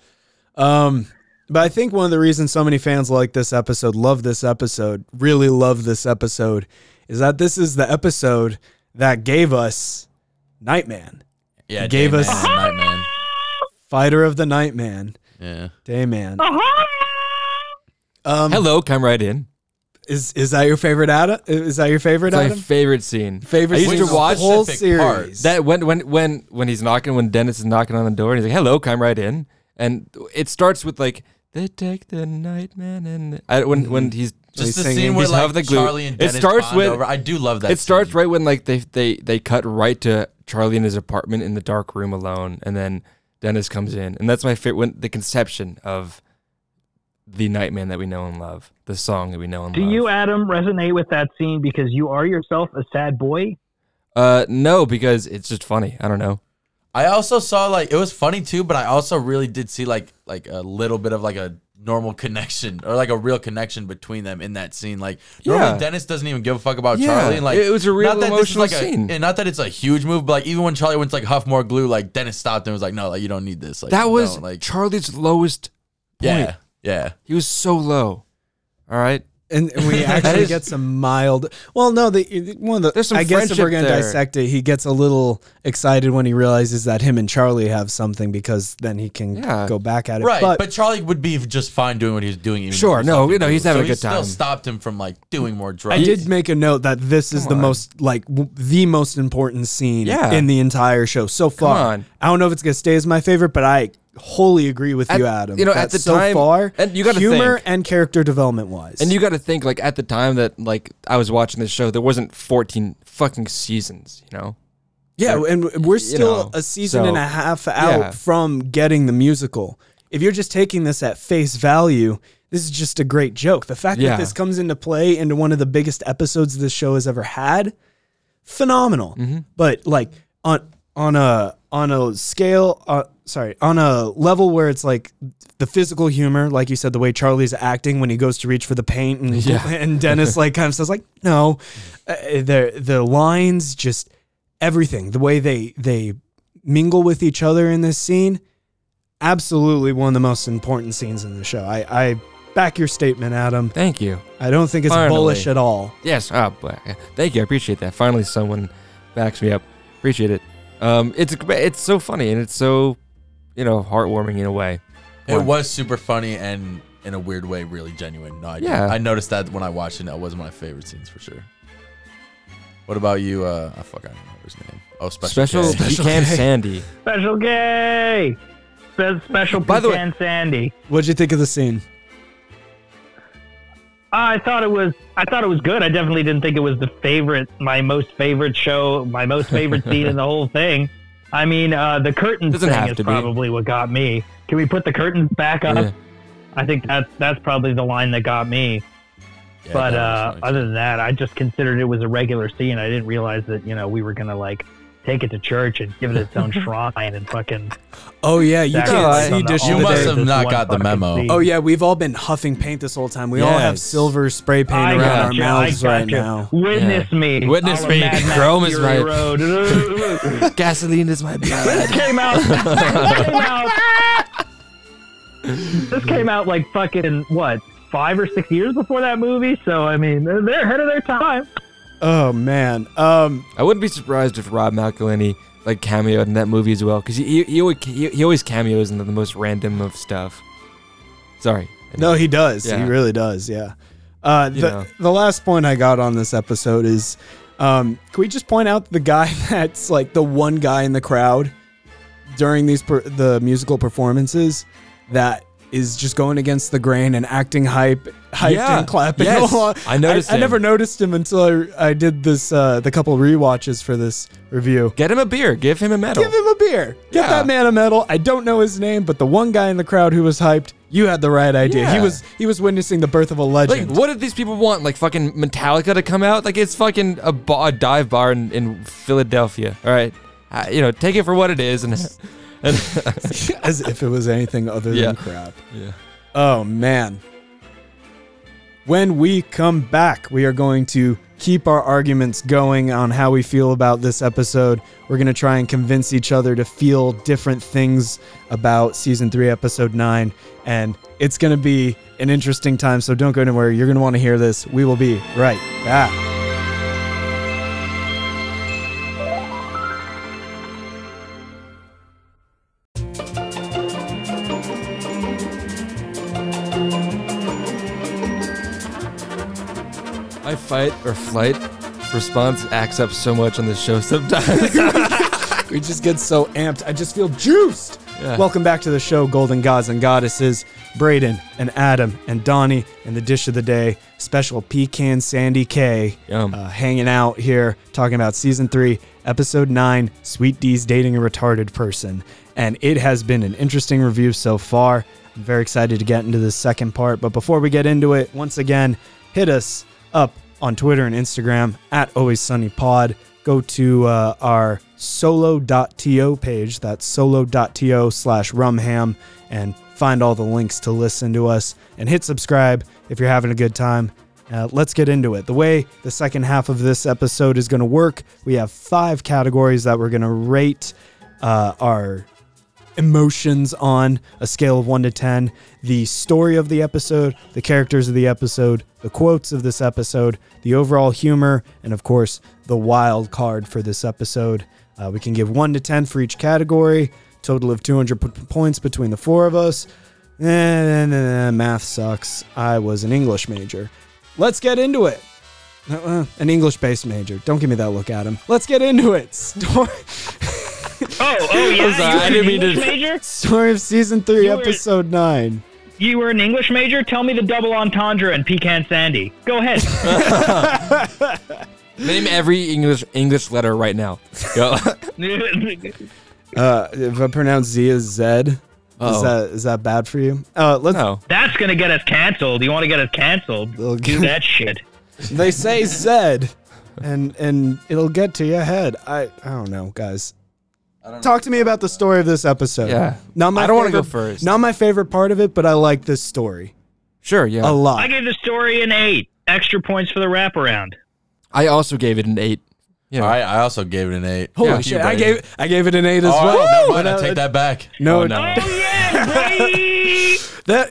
Um, but I think one of the reasons so many fans like this episode, love this episode, really love this episode, is that this is the episode that gave us Nightman, yeah Gave Dayman us- and Nightman. Fighter of the Nightman, yeah Dayman. Hello, come right in. Is is that your favorite Adam? Is that your favorite It's my Adam? favorite scene. favorite I used scene to in the watch whole specific part. series. That when when when when he's knocking, when Dennis is knocking on the door, and he's like, "Hello, come right in." And it starts with like, "They take the nightman," and I, when when he's Mm-hmm. just the singing. scene where He's like of the glue. Charlie and It Dennis starts bond with- over. I do love that. it starts scene. right when like they they they cut right to Charlie in his apartment in the dark room alone, and then Dennis comes in, and that's my favorite. When the conception of the nightman that we know and love, the song that we know and Do love. you, Adam, resonate with that scene because you are yourself a sad boy? Uh, no, because it's just funny. I don't know. I also saw like it was funny too, but I also really did see like like a little bit of like a normal connection or like a real connection between them in that scene. Like normally Yeah. Dennis doesn't even give a fuck about Yeah, Charlie. And, like it was a real not that this is, emotional like, a- scene. and not that it's a huge move, but like even when Charlie went to like huff more glue, like Dennis stopped and was like, "No, like you don't need this." Like That was no, like Charlie's lowest yeah, point. yeah. He was so low. All right. and and we actually is- get some mild. Well, no, the one of the. There's some I guess if we're friendship gonna there. dissect it, he gets a little excited when he realizes that him and Charlie have something because then he can Yeah. go back at it. Right, but, but, Charlie would be just fine doing what he was doing. Even if Sure, he was no, huffing you know, glue. he's having So a he good time. Still stopped him from like doing more drugs. I did make a note that this is the on. most like w- the most important scene Yeah. in the entire show so far. on. I don't know if it's gonna stay as my favorite, but I wholly agree with At- you, Adam. you know, that at the so time- far, and you gotta humor think. and character development wise, And you got to think like at the time that like I was watching this show, there wasn't 14 fucking seasons, you know. Yeah, and we're still know, a season and so- a half out yeah. from getting the musical. If you're just taking this at face value, this is just a great joke. The fact Yeah. that this comes into play into one of the biggest episodes this show has ever had, phenomenal. But like on on a on a scale, uh, sorry, on a level where it's like the physical humor, like you said, the way Charlie's acting when he goes to reach for the paint, and and Dennis like kind of says like no, uh, the the lines just everything the way they they mingle with each other in this scene absolutely one of the most important scenes in the show i i back your statement adam Thank you. i don't think it's Finally. bullish at all Yes. Ah, but- thank you. I appreciate that. Finally, someone backs me up. Appreciate it. Um, it's it's so funny and it's so, you know, heartwarming in a way. It was super funny and in a weird way, really genuine. No, I Yeah. yeah. I noticed that when I watched it. That was one of my favorite scenes for sure. What about you? Uh, oh, fuck, I don't remember his name. Oh, special. Special, K. pecan sandy. Special gay. Spe- special By the way- pecan Sandy. what'd you think of the scene Uh, I thought it was. I thought it was good. I definitely didn't think it was the favorite, my most favorite show, my most favorite scene in the whole thing. I mean, uh, the curtains Doesn't have thing is to be. probably what got me. Can we put the curtains back up? Yeah. I think that's that's probably the line that got me. Yeah, but that uh, was nice. other than that, I just considered it was a regular scene. I didn't realize that you know we were gonna like take it to church and give it its own shrine and fucking. Oh yeah, you can't sacrifice see on the dish You of the must day. have altar this not one got the fucking memo. scene. Oh yeah, we've all been huffing paint this whole time. We all have Yes. silver spray paint I around got our you, mouths I got right you. now. Witness me. Witness All of me. Mad Max Rome is Fury right. Road. Gasoline is my blood. this came out. This came out. This came out like fucking what five or six years before that movie. So I mean, they're- they're ahead of their time. Oh man. Um I wouldn't be surprised if Rob McElhenney like cameoed in that movie as well, because he, he, he always- he he always cameos in the most random of stuff. Sorry. no, he does. He Yeah. really does, yeah. Uh the, You know. the last point I got on this episode is um can we just point out the guy that's like the one guy in the crowd during these per- the musical performances that is just going against the grain and acting hype, hyped Yeah. and clapping. Yes. along. I noticed I, him. never noticed him until I, I did this uh, the couple rewatches for this review. Get him a beer. Give him a medal. Give him a beer. Get Yeah. that man a medal. I don't know his name, but the one guy in the crowd who was hyped, you had the right idea. He Yeah. was he was witnessing the birth of a like, legend. what did these people want? Like, fucking Metallica to come out? Like, it's fucking a, ba- a dive bar in, in Philadelphia. All right. Uh, you know, take it for what it is. And, and As if it was anything other Yeah. than crap. Yeah. Oh man. When we come back, we are going to keep our arguments going on how we feel about this episode. We're going to try and convince each other to feel different things about season 3 episode 9 and it's going to be an interesting time, so don't go anywhere. You're going to want to hear this. We will be right back. my fight or flight response acts up so much on this show sometimes. We just get so amped. I just feel juiced. Yeah. Welcome back to the show, Golden Gods and Goddesses. Braden and Adam and Donnie and the dish of the day, special pecan Sandy K, Yum. uh, hanging out here talking about season three, episode nine, Sweet D's dating a retarded person, and it has been an interesting review so far. I'm very excited to get into this second part, but before we get into it, once again, hit us up on Twitter and Instagram at Always Sunny Pod. Go to uh, our solo.to page, that's solo.to slash rumham, and find all the links to listen to us and hit subscribe if you're having a good time. Uh, let's get into it. The way the second half of this episode is going to work, we have five categories that we're going to rate uh, our emotions on a scale of 1 to 10 the story of the episode the characters of the episode the quotes of this episode the overall humor and of course the wild card for this episode Uh, we can give 1 to 10 for each category total of 200 p- points between the four of us Eh, eh, eh, eh, math sucks i was an english major let's get into it Uh, uh, an english based major don't give me that look adam let's get into it story Oh, oh yeah. sorry, you were I didn't an mean to- English major? Story of season three, You were- episode nine. You were an English major? Tell me the double entendre and pecan sandy. Go ahead. Name every English English letter right now. Go. Uh, if I pronounce Z as Zed, is Uh-oh. that is that bad for you? Uh, let's. no. That's gonna get us canceled. You want to get us canceled? They'll Do get- that shit. They say Zed, and and it'll get to your head. I I don't know, guys. Talk to me about the story of this episode. Yeah. not my. I don't wanna favorite- go first. Not my favorite part of it, but I like this story Sure, yeah. a I lot. gave the story an eight. Extra points for the wraparound. I also gave it an eight. You know, I, I also gave it an eight. Holy Yeah. shit! I gave I gave it an eight as Oh, well. never mind, But I I- take that back. No, Oh, no. Oh yeah, baby! that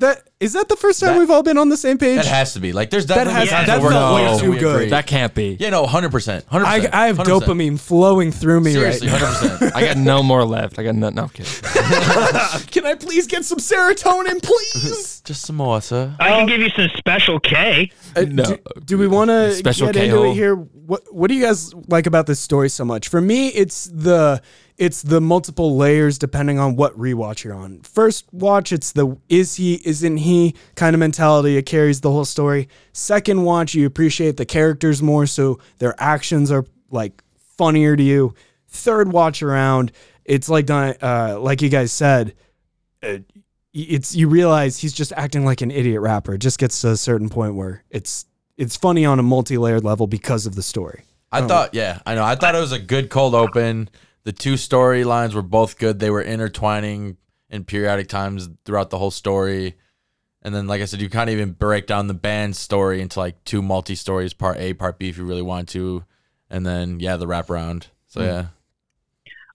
that is that the first time That- we've all been on the same page. That has to be like. There's That definitely has- times that where we're felt not way close too and we good. agree. that can't be. yeah, no, hundred percent, hundred I, percent. I have dopamine flowing through me Seriously, right hundred percent. I got no more left. I got no, no I'm kidding. now. Can I please get some serotonin, please? Just some more, sir. I can give you some special K. Uh, No. Do, do we want to get Special into K-hole. it here? What What do you guys like about this story so much? For me, it's the it's the multiple layers depending on what rewatch you're on. First watch, it's the is he isn't he kind of mentality. It carries the whole story. Second watch, you appreciate the characters more, so their actions are like funnier to you. Third watch around, it's like Di- uh, like you guys said. y- it's you realize he's just acting like an idiot rapper. It just gets to a certain point where it's it's funny on a multi-layered level because of the story. Oh. I thought, yeah, I know. I thought it was a good cold open. The two storylines were both good. They were intertwining in periodic times throughout the whole story. And then, like I said, you can't even break down the band's story into like two multi stories, part A, part B, if you really want to. And then, yeah, the wraparound. Hmm. So, yeah.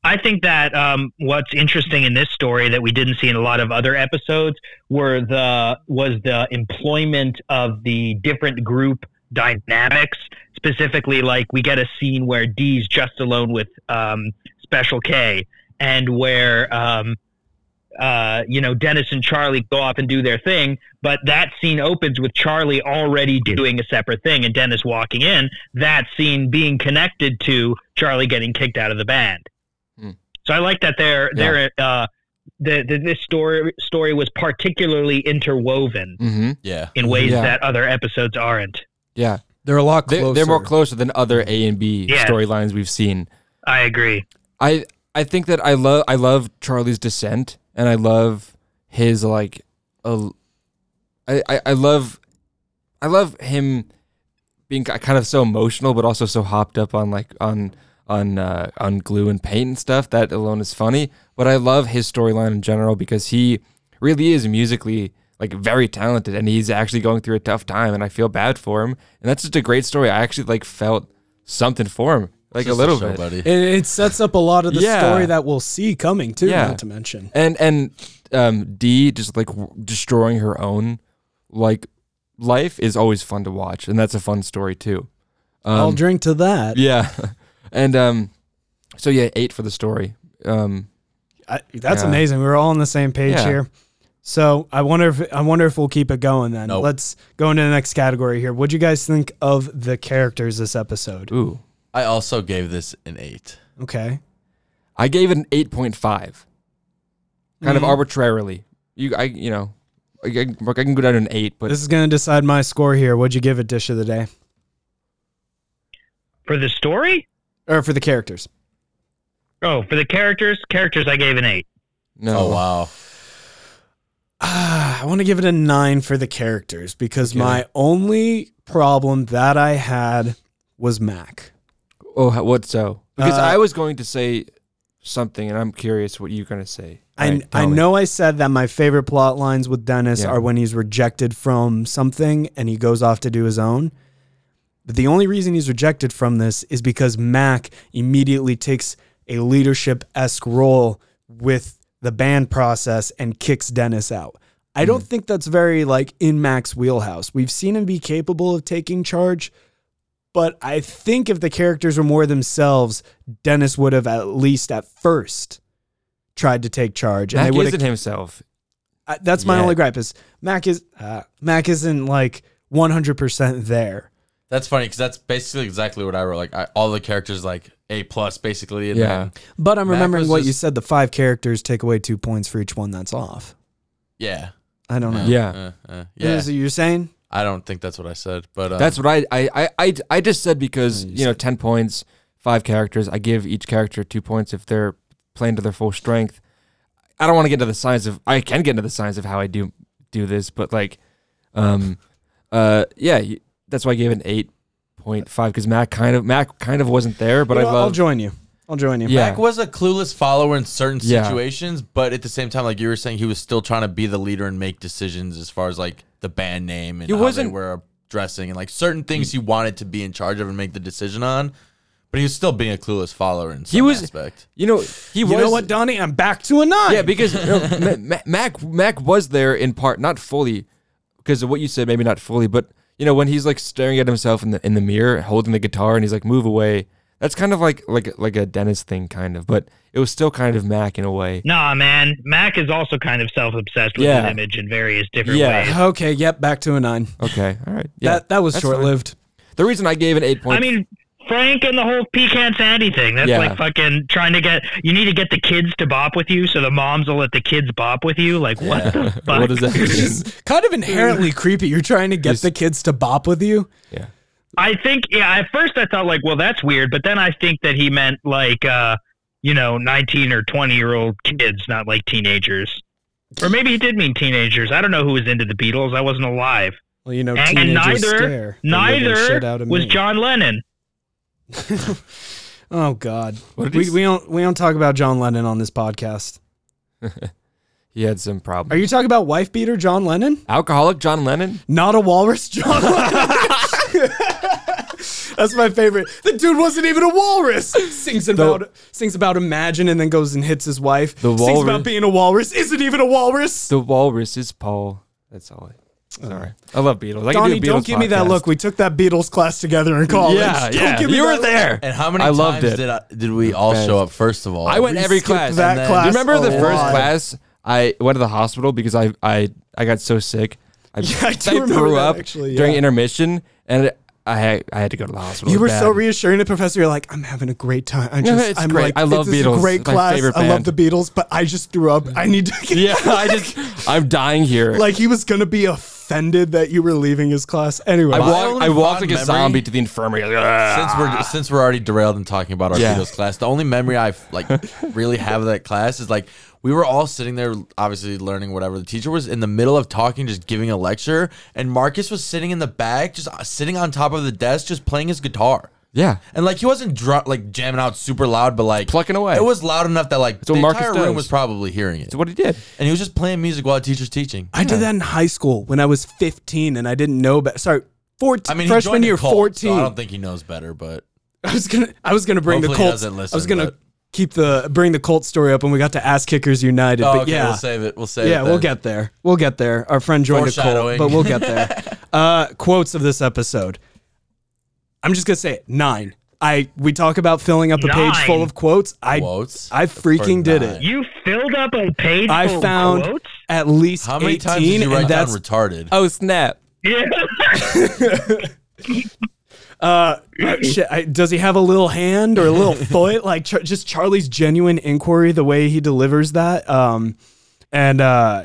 I think that um, what's interesting in this story that we didn't see in a lot of other episodes were the was the employment of the different group dynamics. Specifically, like we get a scene where D's just alone with um, Special K, and where um, uh, you know Dennis and Charlie go off and do their thing. But that scene opens with Charlie already doing a separate thing and Dennis walking in. That scene being connected to Charlie getting kicked out of the band. So I like that they're they're uh, the, the this story story was particularly interwoven Mm-hmm. Yeah. in ways Yeah. that other episodes aren't. Yeah, They're a lot they, closer. they're more closer than other A and B Yeah. storylines we've seen. I agree. I I think that I love I love Charlie's descent and I love his like a, I, I I love I love him being ki- kind of so emotional but also so hopped up on like on on uh, on glue and paint and stuff that alone is funny but I love his storyline in general because he really is musically like very talented and he's actually going through a tough time and I feel bad for him and that's just a great story I actually like felt something for him like a Just little show, bit buddy. And it sets up a lot of the Yeah. story that we'll see coming too. Yeah. Not to mention, and and um, D just like w- destroying her own like life is always fun to watch, and that's a fun story too. I'll drink to that. Um, Yeah, and um, so yeah, eight for the story. Um, I, that's Yeah. amazing. We're all on the same page Yeah. here. So I wonder if I wonder if we'll keep it going then. Nope. Let's go into the next category here. What do you guys think of the characters this episode? ooh, I also gave this an eight. Okay. I gave it an eight point five, kind of Mm-hmm. arbitrarily. You, I, you know, I, can- I can go down to an eight, but This is gonna decide my score here. What'd you give it dish of the day? For the story, Or for the characters. oh, for the characters, characters I gave an eight. no, Oh, wow. I want to give it a nine for the characters because my only problem that I had was Mac. oh, h- what so? Because Uh, I was going to say something, and I'm curious what you're gonna say. I, Alright, I tell me. know I said that my favorite plot lines with Dennis Yeah. are when he's rejected from something and he goes off to do his own. But the only reason he's rejected from this is because Mac immediately takes a leadership esque role with the band process and kicks Dennis out. I don't think that's very like in Mac's wheelhouse. We've seen him be capable of taking charge, but I think if the characters were more themselves, Dennis would have at least at first tried to take charge, and Mac they would isn't himself. I, that's my Yeah. only gripe is Mac is uh, Mac isn't like 100% there. That's funny because that's basically exactly what I wrote. Like, I, all the characters, like, A plus, basically. And Yeah. Then, But I'm Mac remembering was what you just- said the five characters take away 2 points for each one that's off. yeah. I don't know. Yeah. Uh, uh, Is yeah. this what you're saying? I don't think that's what I said, but um, That's what I I, I, I I just said because you, know ten points, five characters. I give each character two points if they're playing to their full strength. I don't want to get into the science of. I can get into the science of how I do do this, but like, um, uh, yeah, you- that's why I gave it an eight point five because Mac kind of Mac kind of wasn't there, but You know, I I'll love join you. I'll join you. yeah Mac was a clueless follower in certain Yeah. situations, but at the same time, like you were saying, he was still trying to be the leader and make decisions as far as like the band name and He how wasn't- they were dressing and like certain things he wanted to be in charge of and make the decision on. But he was still being a clueless follower in some he was aspect. you know he You was know what, Donnie? I'm back to a nine. Yeah, because you know, Ma- Ma- Mac Mac was there in part, not fully, because of what you said, maybe not fully, but you know when he's like staring at himself in the in the mirror, holding the guitar, and he's like, "Move away." That's kind of like like like a Dennis thing, kind of, but it was still kind of Mac in a way. Nah, man, Mac is also kind of self obsessed with Yeah. his image in various different Yeah. ways. Okay, yep, back to a nine. Okay, all right, yeah, that that was Oh, that's short lived. fine. The reason I gave an eight point, I mean. Frank and the whole pecan sandy thing—that's Yeah. like fucking trying to get. You need to get the kids to bop with you, so the moms will let the kids bop with you. Like what the fuck? what does that mean? Kind of inherently creepy. You're trying to get the kids to bop with you. yeah, I think yeah, at first I thought like, well, that's weird, but then I think that he meant like uh, you know, nineteen or twenty year old kids, not like teenagers. Or maybe he did mean teenagers. I don't know who was into the Beatles. I wasn't alive. Well, you know, And, teenagers and stare neither the living shit out neither of was me. John Lennon. Oh God, What did he we, s- we don't we don't talk about John Lennon on this podcast. He had some Are problem. you talking about wife beater John Lennon? Alcoholic John Lennon? Not a walrus, John Lennon. That's my favorite. The dude wasn't even a walrus. Sings about sings about imagine and then goes and hits his wife. The Sings walrus- about being a walrus. Isn't even a walrus. The walrus is Paul. That's all. I, sorry. I love Beatles. I can Oh. Donnie, do a Beatles don't give me that podcast. look. We took that Beatles class together in college. Yeah, Don't yeah. give me You that were look. there. And how many I times loved it. did I, did we all Best. show up? First of all, I went Oh, We every skipped class. that and then- class. Do you remember the a first lot. class? I went to the hospital because I I I got so sick. I, I do remember threw that, up actually, during yeah. intermission, and I had, I had to go to the hospital. You were so bad. reassuring to professor. You're like, I'm having a great time. I No, just, it's I'm great. like, I love this is Beatles. a great It's my class. favorite I love band." the Beatles, but I just threw up. I need to get Yeah, I just I'm dying here. like he was gonna be offended that you were leaving his class. Anyway, I My walked only I walked like fond a memory- zombie to the infirmary. Like, "Ah." since we're since we're already derailed and talking about our Yeah. Beatles class, the only memory I like really have of that class is like we were all sitting there, obviously learning whatever. The teacher was in the middle of talking, just giving a lecture, and Marcus was sitting in the back, just uh, sitting on top of the desk, just playing his guitar. yeah, And like he wasn't dr- like jamming out super loud, but like Plucking away. It was loud enough that like the what Marcus entire room does. was probably hearing it. that's what he did. And he was just playing music while the teacher's teaching. I did that in high school when I was 15 and I didn't know. But sorry, 14. I mean, he freshman joined a year, cult, so 14. I don't think he knows better, but I was gonna I was gonna bring Hopefully he the Colts. doesn't I was listen, gonna but- keep the bring the Colts story up when we got to Ass Kickers United. oh, but okay, yeah, we'll save it. We'll save it. yeah, we'll then. get there. We'll get there. Our friend joined a cult, Foreshadowing. but we'll get there. uh, quotes of this episode. I'm just gonna say it. Nine. I we talk about filling up a page Nine. full of quotes. I Quotes I for freaking did it. nine. You filled up a page I full found of quotes? at least How many 18, times did you and write down that's retarded? Oh snap! Yeah. Uh, shit, I, does he have a little hand or a little foot? Like Char- just Charlie's genuine inquiry, the way he delivers that. Um, and uh,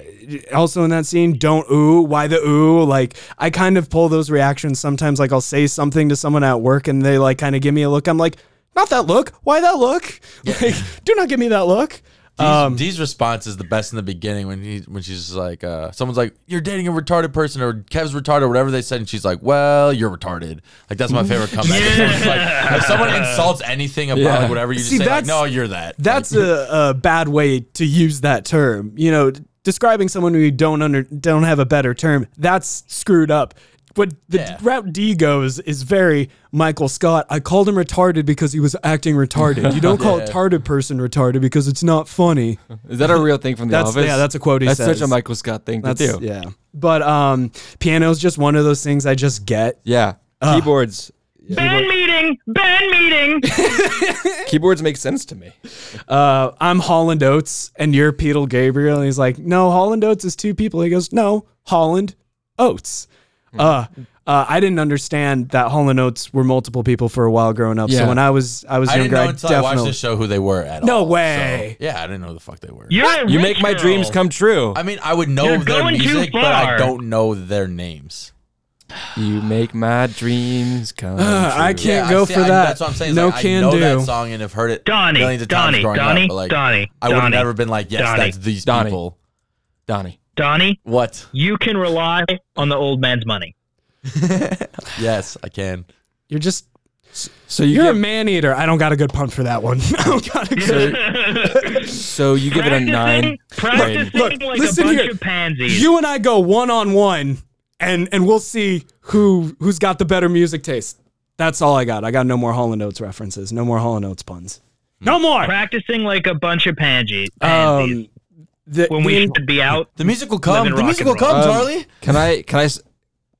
also in that scene, don't ooh, why the ooh? Like I kind of pull those reactions sometimes. Like I'll say something to someone at work, and they like kind of give me a look. I'm like, not that look. Why that look? Like, do not give me that look. Dee's, Dee's response is the best in the beginning when he when she's just like, uh, someone's like, "You're dating a retarded person," or "Kev's retarded," or whatever they said, and she's like, "Well, you're retarded." Like that's my favorite comeback. If someone's like, if someone insults anything about Yeah. like, whatever, you just See, say, like, that's- "No, you're that." That's a, a bad way to use that term. You know, d- describing someone who you don't under don't have a better term. That's screwed up. What the d- Yeah. route D goes is very Michael Scott. I called him retarded because he was acting retarded. You don't call a retarded person retarded because it's not funny. Is that a real thing from the That's- office? yeah, that's a quote he That's says. such a Michael Scott thing That's to do. yeah. But um, piano's just one of those things I just get. Yeah. Keyboards. band meeting. Band meeting. Keyboards make sense to me. Uh, I'm Holland Oates and you're Peter Gabriel. And he's like, no, Holland Oates is two people. He goes, no, Holland Oates. Hmm. Uh, uh, I didn't understand that Holland Oates were multiple people for a while growing up. So Yeah. when I was I was I didn't younger, know I, until I watched definitely this show who they were at No all. way. So, yeah, I didn't know who the fuck they were. You're a You rich make my girl. dreams come true. I mean, I would know You're their going too music, but I far. don't know their names. you make my dreams Uh, come true. I can't I go see- for I- that. That's what I'm saying. is, No like, can I know do. that song and have heard it Donnie, millions of times Donnie, growing Donnie, up. But like, Donnie, I would have Donnie, never been like, yes, Donnie. that's these Donnie. people. Donnie. Donnie, What? you can rely on the old man's money. Yes, I can. You're just So you you're a give, man eater. I don't got a good pun for that one. I don't got a good. so you give it a nine. Practicing Look, like listen a bunch here. of pansies. You and I go one on one, and and we'll see who who's got the better music taste. That's all I got. I got no more Holland Oates references. No more Holland Oates puns. No more. practicing like a bunch of pansies. pansies Um, the, when the we in- should be out. The music will Living come. The rock music and will come, roll. Um, Charlie. Can I can I s-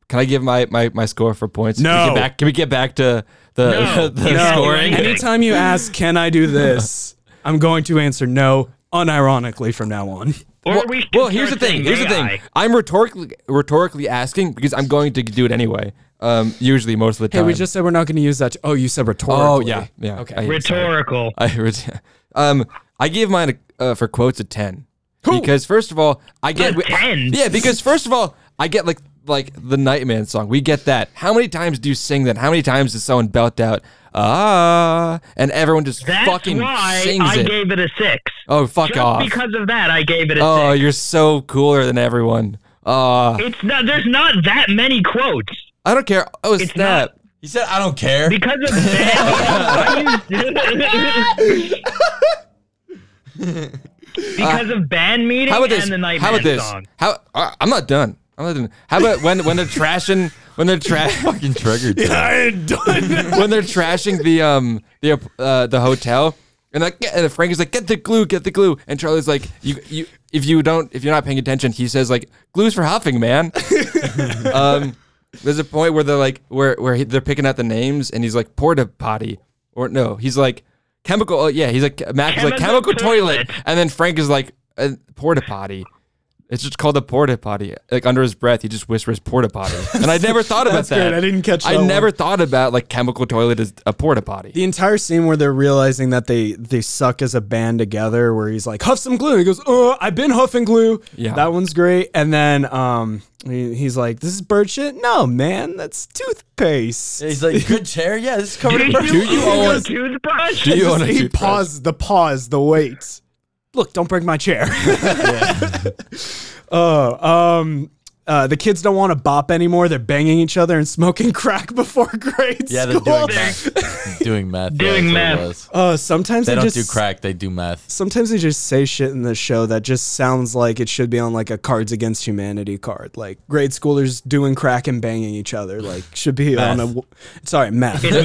can I give my my, my score for points? Can we No. get back, can we get back to the, No. the No. scoring? Any- anytime you ask, "Can I do this?" I'm going to answer no, unironically from now on. Or Well, we should well, here's the start thing. saying Here's the AI. thing. I'm rhetorically rhetorically asking because I'm going to do it anyway. Um, usually most of the Hey, time. we just said we're not going to use that. oh, you said rhetorically. Oh yeah, yeah. Okay. I- sorry. Rhetorical. I ret- um I gave mine a, uh, for quotes a ten because first of all I get A 10? Yeah, because first of all I get like like the Nightman song. We get that. How many times do you sing that? How many times does someone belt out? ah, and everyone just That's fucking why sings I it. gave it a six. oh, fuck Just off. because of that, I gave it a oh, six. you're so cooler than everyone. Uh, It's not. There's not that many quotes I don't care. Oh, It's snap. He said, "I don't care." because of that. because of band meeting Uh, How about this? and the nightmare How about this? song. How uh, I'm not done. I'm not done. How about when when they're trashing when they're trash fucking triggered. I ain't done. when they're trashing the um the uh, the hotel and like get- and Frank is like get the glue get the glue and Charlie's like you you if you don't if you're not paying attention he says like glue's for huffing man um there's a point where they're like where where he, they're picking out the names and he's like porta potty or no he's like chemical oh, yeah he's like Mac is like Chemical chemical toilet. toilet. and then Frank is like uh, porta potty. It's just called a porta potty. Like under his breath, he just whispers porta potty, and I never thought about That's that. good. I didn't catch I that one. never thought about like chemical toilet as a porta potty. The entire scene where they're realizing that they they suck as a band together, where he's like, "Huff some glue," and he goes, "Oh, I've been huffing glue." Yeah. that one's great. And then um, he- he's like, "This is bird shit." No, man, that's toothpaste. He's like, "Good chair, yeah. This is covered Do in you, perfume." own a toothbrush? Do you own a he toothbrush? paused the pause, the wait. Look, don't break my chair. oh, um, uh, the kids don't want to bop anymore. They're banging each other and smoking crack before grade Yeah, they're school. doing meth. doing meth. yeah, Doing that's what it meth. was. Oh, sometimes They they don't just do crack. They do meth. sometimes they just say shit in the show that just sounds like it should be on like a Cards Against Humanity card, like grade schoolers doing crack and banging each other, like should be on a. w- Sorry, math. It's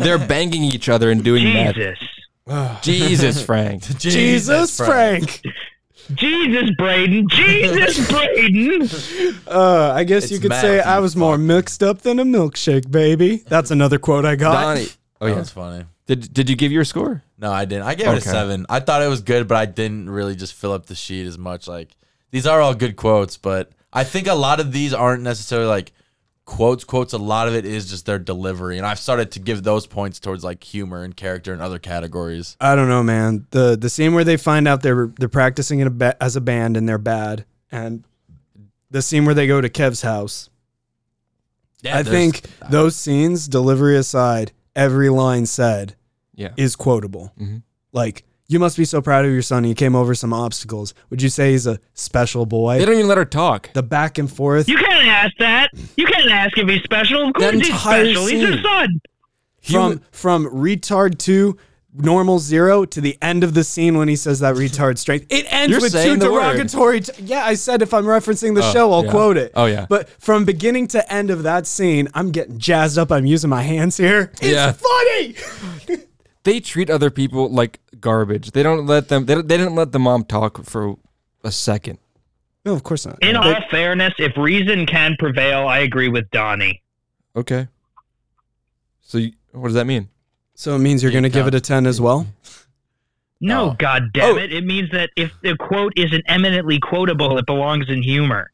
They're banging each other and doing that. Jesus. Jesus, Frank. Jesus, Frank. Jesus, Braden. Jesus, Braden. Uh, I guess you It's could math, say you I was more mixed up than a milkshake, baby. That's another quote I got. Donnie. Oh That yeah. was funny. Did did you give your score? No, I didn't. I gave it a Okay. seven. I thought it was good, but I didn't really just fill up the sheet as much. Like these are all good quotes, but I think a lot of these aren't necessarily like quotes. Quotes. A lot of it is just their delivery, and I've started to give those points towards like humor and character and other categories. I don't know, man. The the scene where they find out they're they're practicing in a ba- as a band and they're bad, and the scene where they go to Kev's house. Yeah, I there's- think those scenes, delivery aside, every line said Yeah. Mm-hmm. is quotable. Like, you must be so proud of your son. He came over some obstacles. Would you say he's a special boy? They don't even let her talk. the back and forth. You can't ask that. You can't ask if he's special. Of course That he's entire special. He's your scene. son. from from retard to normal zero to the end of the scene when he says that retard strength. It ends You're with two saying the word. derogatory. t- yeah, I said if I'm referencing the Oh, show, I'll yeah. quote it. Oh, yeah. But from beginning to end of that scene, I'm getting jazzed up. I'm using my hands here. It's Yeah. funny. They treat other people like garbage. They don't let them. They, don't- they didn't let the mom talk for a second. No, of course not. In They- all fairness, if reason can prevail, I agree with Donnie. Okay. So you, what does that mean? so it means you're going to give it a 10 as well? No, Oh. god damn it. It means that if the quote isn't eminently quotable, it belongs in humor.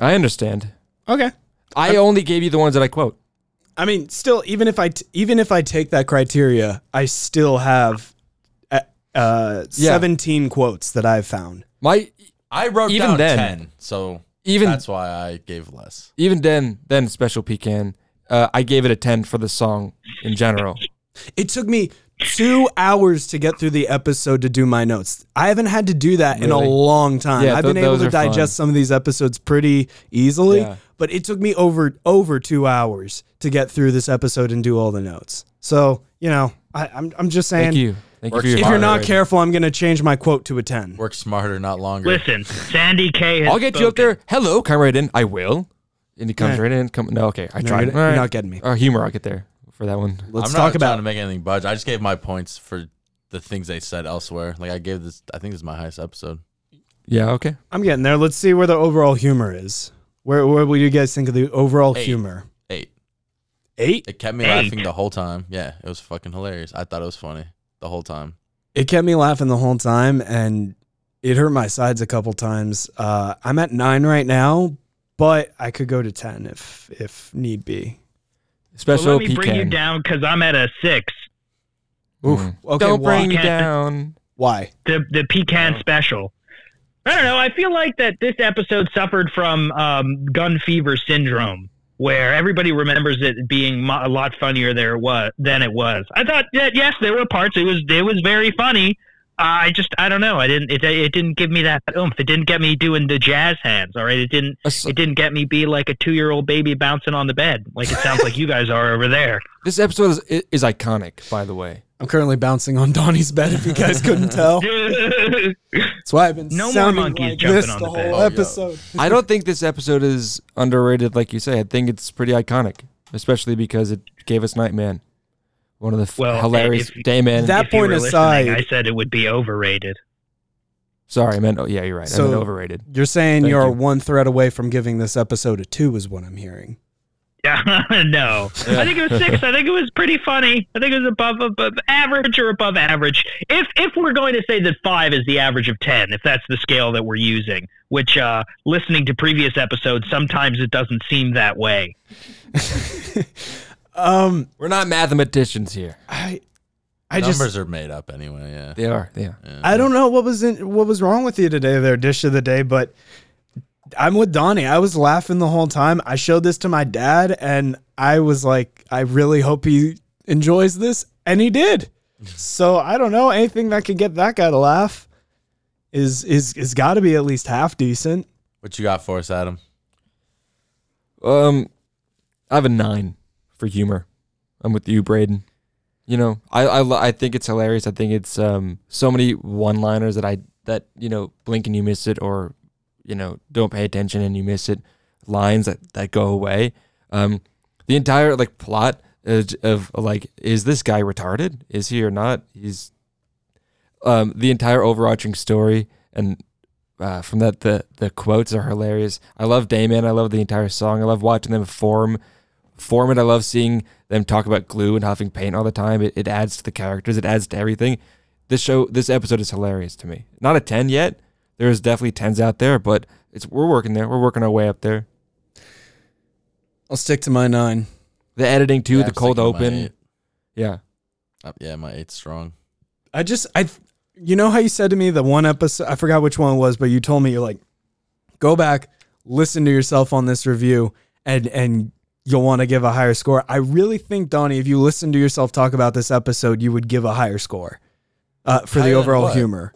I understand. Okay. I only gave you the ones that I quote. I mean, still, even if I t- even if I take that criteria, I still have uh, uh, Yeah. 17 quotes that I've found. My I wrote Even down then- ten, so even that's why I gave less. even then then special pecan uh, i gave it a 10 for the song in general It took me two hours to get through the episode to do my notes. I haven't had to do that in a Really? long time. Yeah, I've tho- been able those to are fun. digest some of these episodes pretty easily, Yeah. but it took me over over two hours to get through this episode and do all the notes. So you know, I, I'm I'm just saying. thank you thank you for Works your If you're not Moderated. careful, I'm going to change my quote to a ten. Work smarter, not longer. Listen, Sandy K has i'll get you up spoken. there hello come right in i will and he comes Nah. right in come no okay i No, tried you're- All you're right. not getting me. Uh, humor i'll get there for that one Let's talk I'm not trying about to make anything budge. I just gave my points for the things they said elsewhere. Like I gave this. I think this is my highest episode. yeah okay I'm getting there. Let's see where the overall humor is. Where where what do you guys think of the overall Eight. humor? Eight. Eight. It kept me Eight. laughing the whole time. Yeah, it was fucking hilarious. I thought it was funny the whole time. It kept me laughing the whole time, and it hurt my sides a couple times. Uh, I'm at nine right now, but I could go to ten if if need be. Well, special let me pecan bring you down because I'm at a six. Mm-hmm. Oof. Okay. don't why? bring me Pecan. down why? the the pecan special. I don't know. I feel like that this episode suffered from um, gun fever syndrome, where everybody remembers it being mo- a lot funnier there was than it was. I thought that yes, there were parts it was it was very funny. I just I don't know. I didn't it, it didn't give me that oomph. It didn't get me doing the jazz hands. All right, it didn't As- it didn't get me be like a two year old baby bouncing on the bed like it sounds like you guys are over there. This episode is, i- is iconic, by the way. I'm currently bouncing on Donnie's bed. If you guys couldn't tell, that's why I've been No more sounding monkeys like jumping this on the the whole bed. Oh, yeah. episode. I don't think this episode is underrated, like you say. I think it's pretty iconic, especially because it gave us Nightman, one of the f- Well, hilarious if- Dayman. That If you point were aside- listening, I said it would be overrated. Sorry, I meant. Oh, yeah, you're right. I So- meant overrated. You're saying Thank you're you. one thread away from giving this episode a two, is what I'm hearing. Yeah, no. I think it was six. I think it was pretty funny. I think it was above above average or above average. If if we're going to say that five is the average of ten, if that's the scale that we're using, which uh, listening to previous episodes, sometimes it doesn't seem that way. We're not mathematicians here. I, I Numbers just, are made up anyway. Yeah. They are. They are. I don't know what was in, what was wrong with you today, there dish of the day, but I'm with Donnie. I was laughing the whole time. I showed this to my dad, and I was like, I really hope he enjoys this, and he did. So I don't know anything that could get that guy to laugh is is is got to be at least half decent. What you got for us, Adam? Um, I have a nine for humor. I'm with you, Braden. You know, I I, lo- I think it's hilarious. I think it's um so many one-liners that I that you know blink and you miss it, or you know don't pay attention and you miss it. Lines that that go away. Um, the entire like plot is, of like is this guy retarded? Is he or not? He's um the entire overarching story and uh, from that the the quotes are hilarious. I love Damon. I love the entire song. I love watching them form form it. I love seeing them talk about glue and huffing paint all the time. It, it adds to the characters. It adds to everything. This show, this episode is hilarious to me. Not a ten yet. There is definitely tens out there, but it's we're working there. We're working our way up there. I'll stick to my nine. The editing too. Yeah, the I'm cold sticking with my open. eight. Yeah. Uh, yeah, my eight's strong. I just I you know how you said to me the one episode I forgot which one it was, but you told me you're like, go back, listen to yourself on this review, and and you'll want to give a higher score. I really think Donnie, if you listen to yourself talk about this episode, you would give a higher score. Uh, for Higher the than overall what? humor.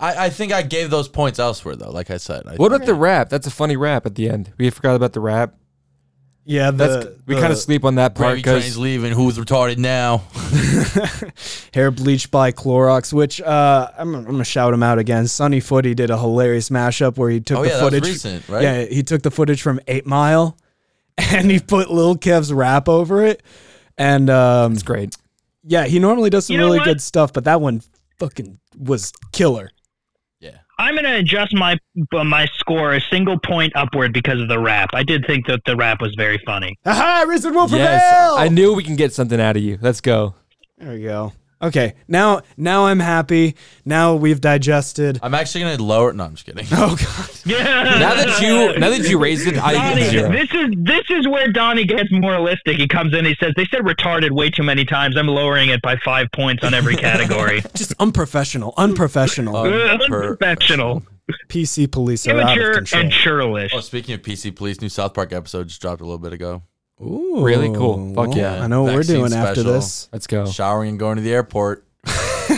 I, I think I gave those points elsewhere though. Like I said, I, What about the rap? That's a funny rap at the end. We forgot about the rap. Yeah, That's we kind of sleep on that part Gravy because train's leaving. Who's retarded now? hair bleached by Clorox, which uh, I'm, I'm gonna shout him out again. Sonny Footy did a hilarious mashup where he took Oh, the yeah, that was footage. recent, right? Yeah, he took the footage from Eight Mile, and he put Lil Kev's rap over it. And um, it's great. yeah, he normally does some You know really what? good stuff, but that one fucking was killer. Yeah. I'm going to adjust my my score a single point upward because of the rap. I did think that the rap was very funny. Aha! Reason will prevail. Yes, I knew we can get something out of you. Let's go. there we go. Okay, now now I'm happy. Now we've digested. I'm actually gonna lower it. No, I'm just kidding. Oh god. Yeah. Now that you now that you raised it, I Donnie, give zero. this is this is where Donnie gets moralistic. He comes in, he says, "They said retarded way too many times. I'm lowering it by five points on every category. Just unprofessional, unprofessional. Um, Unprofessional, PC police are out of immature, control. and churlish." Oh, speaking of PC Police, new South Park episode just dropped a little bit ago. Ooh, Really cool. Fuck yeah. Oh, I know what we're Vaccine doing after special. this. Let's go. Showering and going to the airport.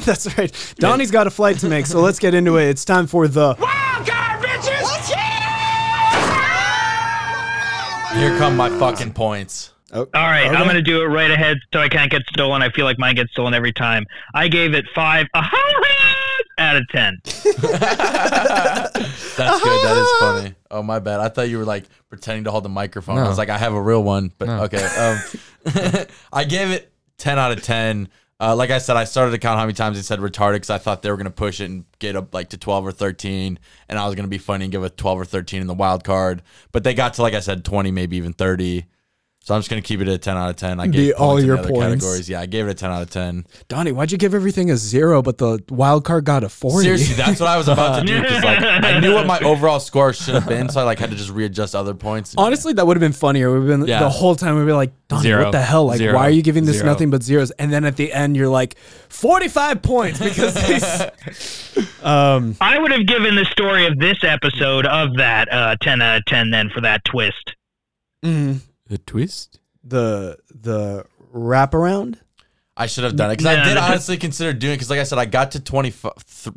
That's right. Donnie's got a flight to make, so let's get into it. It's time for the Here come my fucking points. All right, Okay. I'm going to do it right ahead so I can't get stolen. I feel like mine gets stolen every time. I gave it five out of ten. That's good. That is funny. Oh my bad. I thought you were like pretending to hold the microphone. I No. was like, I have a real one, but No. okay. Um, I gave it ten out of ten. Uh, like I said, I started to count how many times they said retarded because I thought they were gonna push it and get up like to twelve or thirteen, and I was gonna be funny and give it twelve or thirteen in the wild card. But they got to like I said, twenty, maybe even thirty. So I'm just gonna keep it at a ten out of ten. I Be gave all points in your the other points. categories. Yeah, I gave it a ten out of ten. Donnie. Why'd you give everything a zero, but the wild card got a forty? Seriously, that's what I was about to do because like I knew what my overall score should have been, so I like had to just readjust other points. Honestly, that would have been funnier. We've been Yeah. the whole time we'd be like, Donnie, Zero. what the hell? Like, Zero. why are you giving this Zero. nothing but zeros? And then at the end, you're like, forty-five points because they s- I would have given the story of this episode of that uh, ten out of ten then for that twist. The twist? the the wraparound. I should have done it because Yeah, I did that's- honestly consider doing it because, like I said, I got to twenty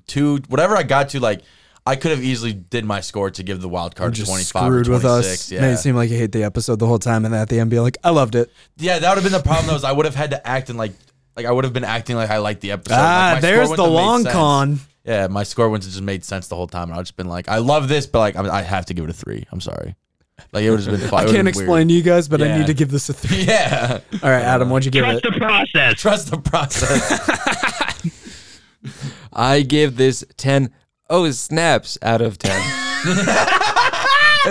two, whatever I got to, like I could have easily did my score to give the wild card Just twenty five or screwed with twenty us. six. Made Yeah, it seem like you hate the episode the whole time, and then at the end be like, "I loved it." yeah, that would have been the problem. Though, is I would have had to act and like, like I would have been acting like I liked the episode. Like, ah, my score there's wouldn't the have made long sense. con. Yeah, my score wouldn't have just made sense the whole time, and I've just been like, I love this, but like I'm, I have to give it a three. I'm sorry, like it would have been. Fun. I can't explain to you guys, but I Yeah. need to give this a three. Yeah, All right, Adam, what'd you give Trust it? the process. trust the process. I give this 10 oh snaps out of 10. Is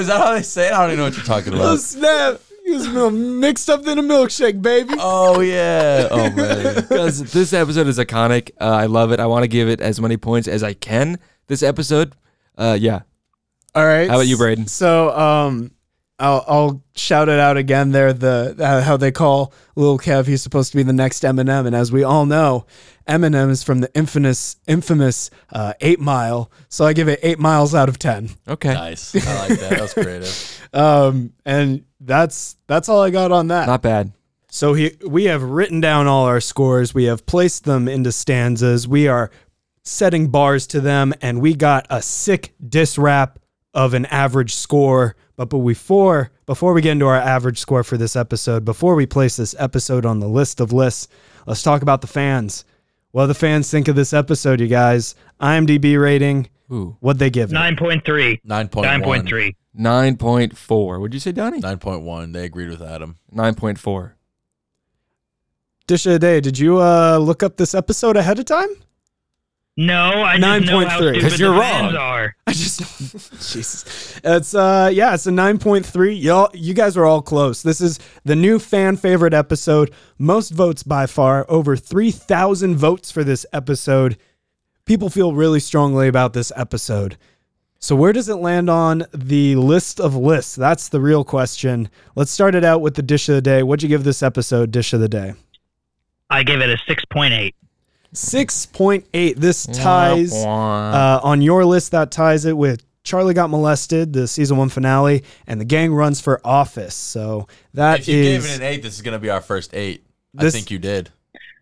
that how they say it? I don't even know what you're talking Oh about. snap! He was mil- mixed up in a milkshake, baby. Oh yeah. Oh man. Because this episode is iconic. Uh, I love it. I want to give it as many points as I can this episode. Uh, yeah. All right. How about you, Braden? So, um, I'll, I'll shout it out again there. The uh, how they call Lil Kev. He's supposed to be the next Eminem, and as we all know, Eminem is from the infamous infamous uh, Eight Mile. So I give it eight miles out of ten. Okay. Nice. I like that. That was creative. Um, and that's that's all I got on that. Not bad. So he, we have written down all our scores. We have placed them into stanzas. We are setting bars to them, and we got a sick diss rap of an average score. But, but before before we get into our average score for this episode, before we place this episode on the list of lists, let's talk about the fans. What do the fans think of this episode, you guys? IMDb rating. Ooh. What'd they give? it? Nine point three. 9.1. Nine point three. 9.4. Would you say, Donnie? 9.1. They agreed with Adam. 9.4. Disha Day, did you uh, look up this episode ahead of time? No, I just know 9.3. how stupid 'Cause the you're fans wrong. are. I just Jesus. It's uh yeah, it's a 9.3. Y'all you guys were all close. This is the new fan favorite episode. Most votes by far, over 3000 votes for this episode. People feel really strongly about this episode. So where does it land on the list of lists? That's the real question. Let's start it out with the dish of the day. What'd you give this episode dish of the day? I give it a six point eight. 6.8. This ties Wah, wah. uh, on your list, that ties it with Charlie Got Molested, the season one finale, and the gang runs for office. So that is If you gave it an 8, this is going to be our first 8. This- I think you did.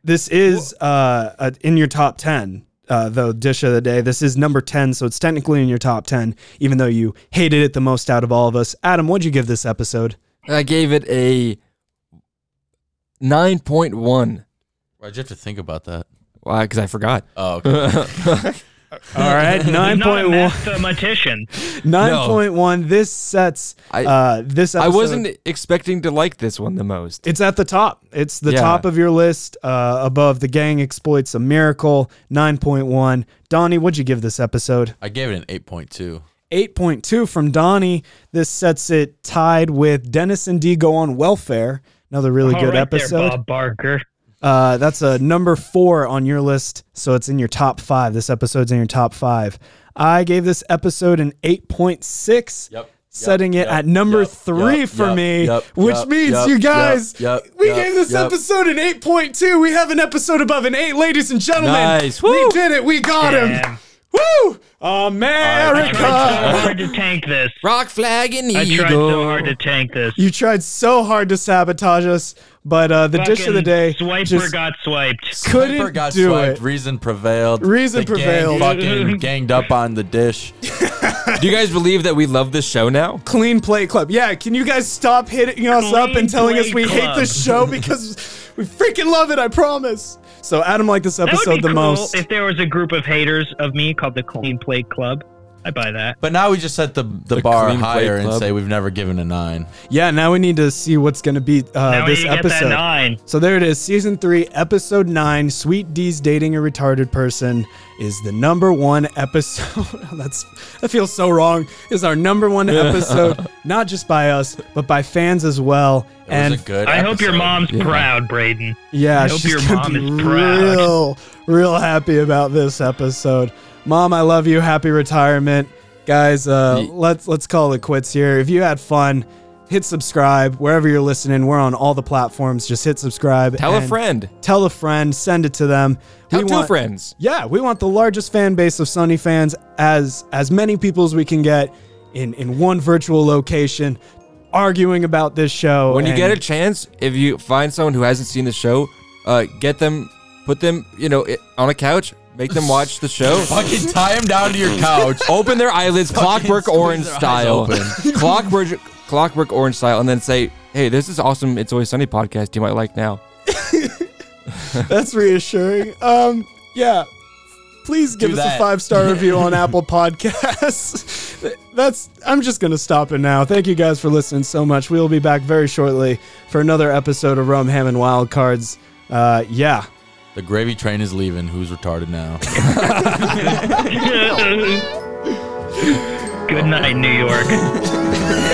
this is uh, uh, in your top ten. Uh, though dish of the day, this is number ten, so it's technically in your top ten, even though you hated it the most out of all of us. Adam, what'd you give this episode? I gave it a 9.1. Why'd you have to think about that? Why? Because I forgot. Oh, okay. All right, I'm nine not a point one. mathematician. Nine point one. This sets I- uh, this. I Episode, wasn't expecting to like this one the most. It's at the top. It's the Yeah. top of your list. Uh, above the gang exploits a miracle. Nine point one. Donnie, what'd you give this episode? I gave it an 8.2. Eight point two from Donnie. This sets it tied with Dennis and D go on welfare. Another really All good Oh, right episode. there, Bob Barker. Uh, that's a number four on your list, so it's in your top five. This episode's in your top five. I gave this episode an eight point six. Yep, Setting yep, it yep, at number yep, three yep, for yep, me, yep, which yep, means yep, you yep, guys, yep, we yep, gave this yep. episode an 8.2. We have an episode above an eight, ladies and gentlemen. Nice, We woo. did it. We got him. Damn. Woo! I America. tried so hard to tank this. Rock flag and I eagle. tried so hard to tank this. you tried so hard to sabotage us, but uh, the dish of the Fucking day Swiper just got swiped. couldn't Piper got do swiped. it. Reason prevailed. Reason the prevailed. Gang fucking ganged up on the dish. Do you guys believe that we love this show now? Clean Play Club. Yeah, can you guys stop hitting us Clean up and telling Play us we hate Club. this show because we freaking love it, I promise. So Adam liked this That would episode be the cool most. if there was a group of haters of me called the Clean Plate Club. I buy that. But now we just set the, the, The bar clean plate higher and club. say we've never given a 9. yeah, now we need to see what's going to be uh, now this you get that episode. nine. So there it is, season three, episode nine. Sweet D's dating a retarded person is the number one episode. That's that feels so wrong. Is our number one episode, not just by us, but by fans as well. It and was a good I hope your episode. mom's proud, Braden. Yeah, I hope she's your gonna mom be is proud. real, real happy about this episode. Mom, I love you. Happy retirement, guys. Uh, Ye- let's let's call it quits here. If you had fun, hit subscribe wherever you're listening. We're on all the platforms. Just hit subscribe. Tell a and friend. Tell a friend. Send it to them. Tell We two want- friends. yeah, we want the largest fan base of Sunny fans as as many people as we can get in in one virtual location. arguing about this show. When you and get a chance, if you find someone who hasn't seen the show, uh, get them, put them, you know, i- on a couch, make them watch the show. Fucking tie him down to your couch. open their eyelids, Clockwork squeeze Orange their eyes style. open. Clockwork, Clockwork Orange style, and then say, "Hey, this is awesome. It's Always Sunny podcast. You might like now." That's reassuring. Um, yeah. Please give us Do a that. five star review on Apple Podcasts. That's. I'm just gonna stop it now. Thank you guys for listening so much. We will be back very shortly for another episode of Rum Ham and Wild Cards. Uh, yeah. The gravy train is leaving. Who's retarded now? Good night, New York.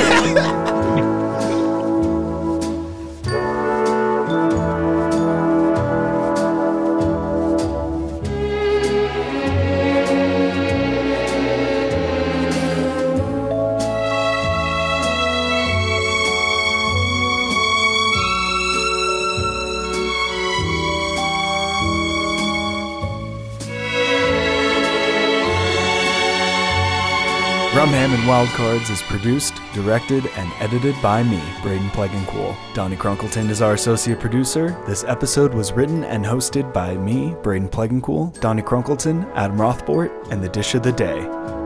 Rumham and Wild Cards is produced, directed, and edited by me, Braden Plegancool. Donnie Crunkleton is our associate producer. This episode was written and hosted by me, Braden Plegancool, Donnie Crunkleton, Adam Rothbort, and the Dish of the Day.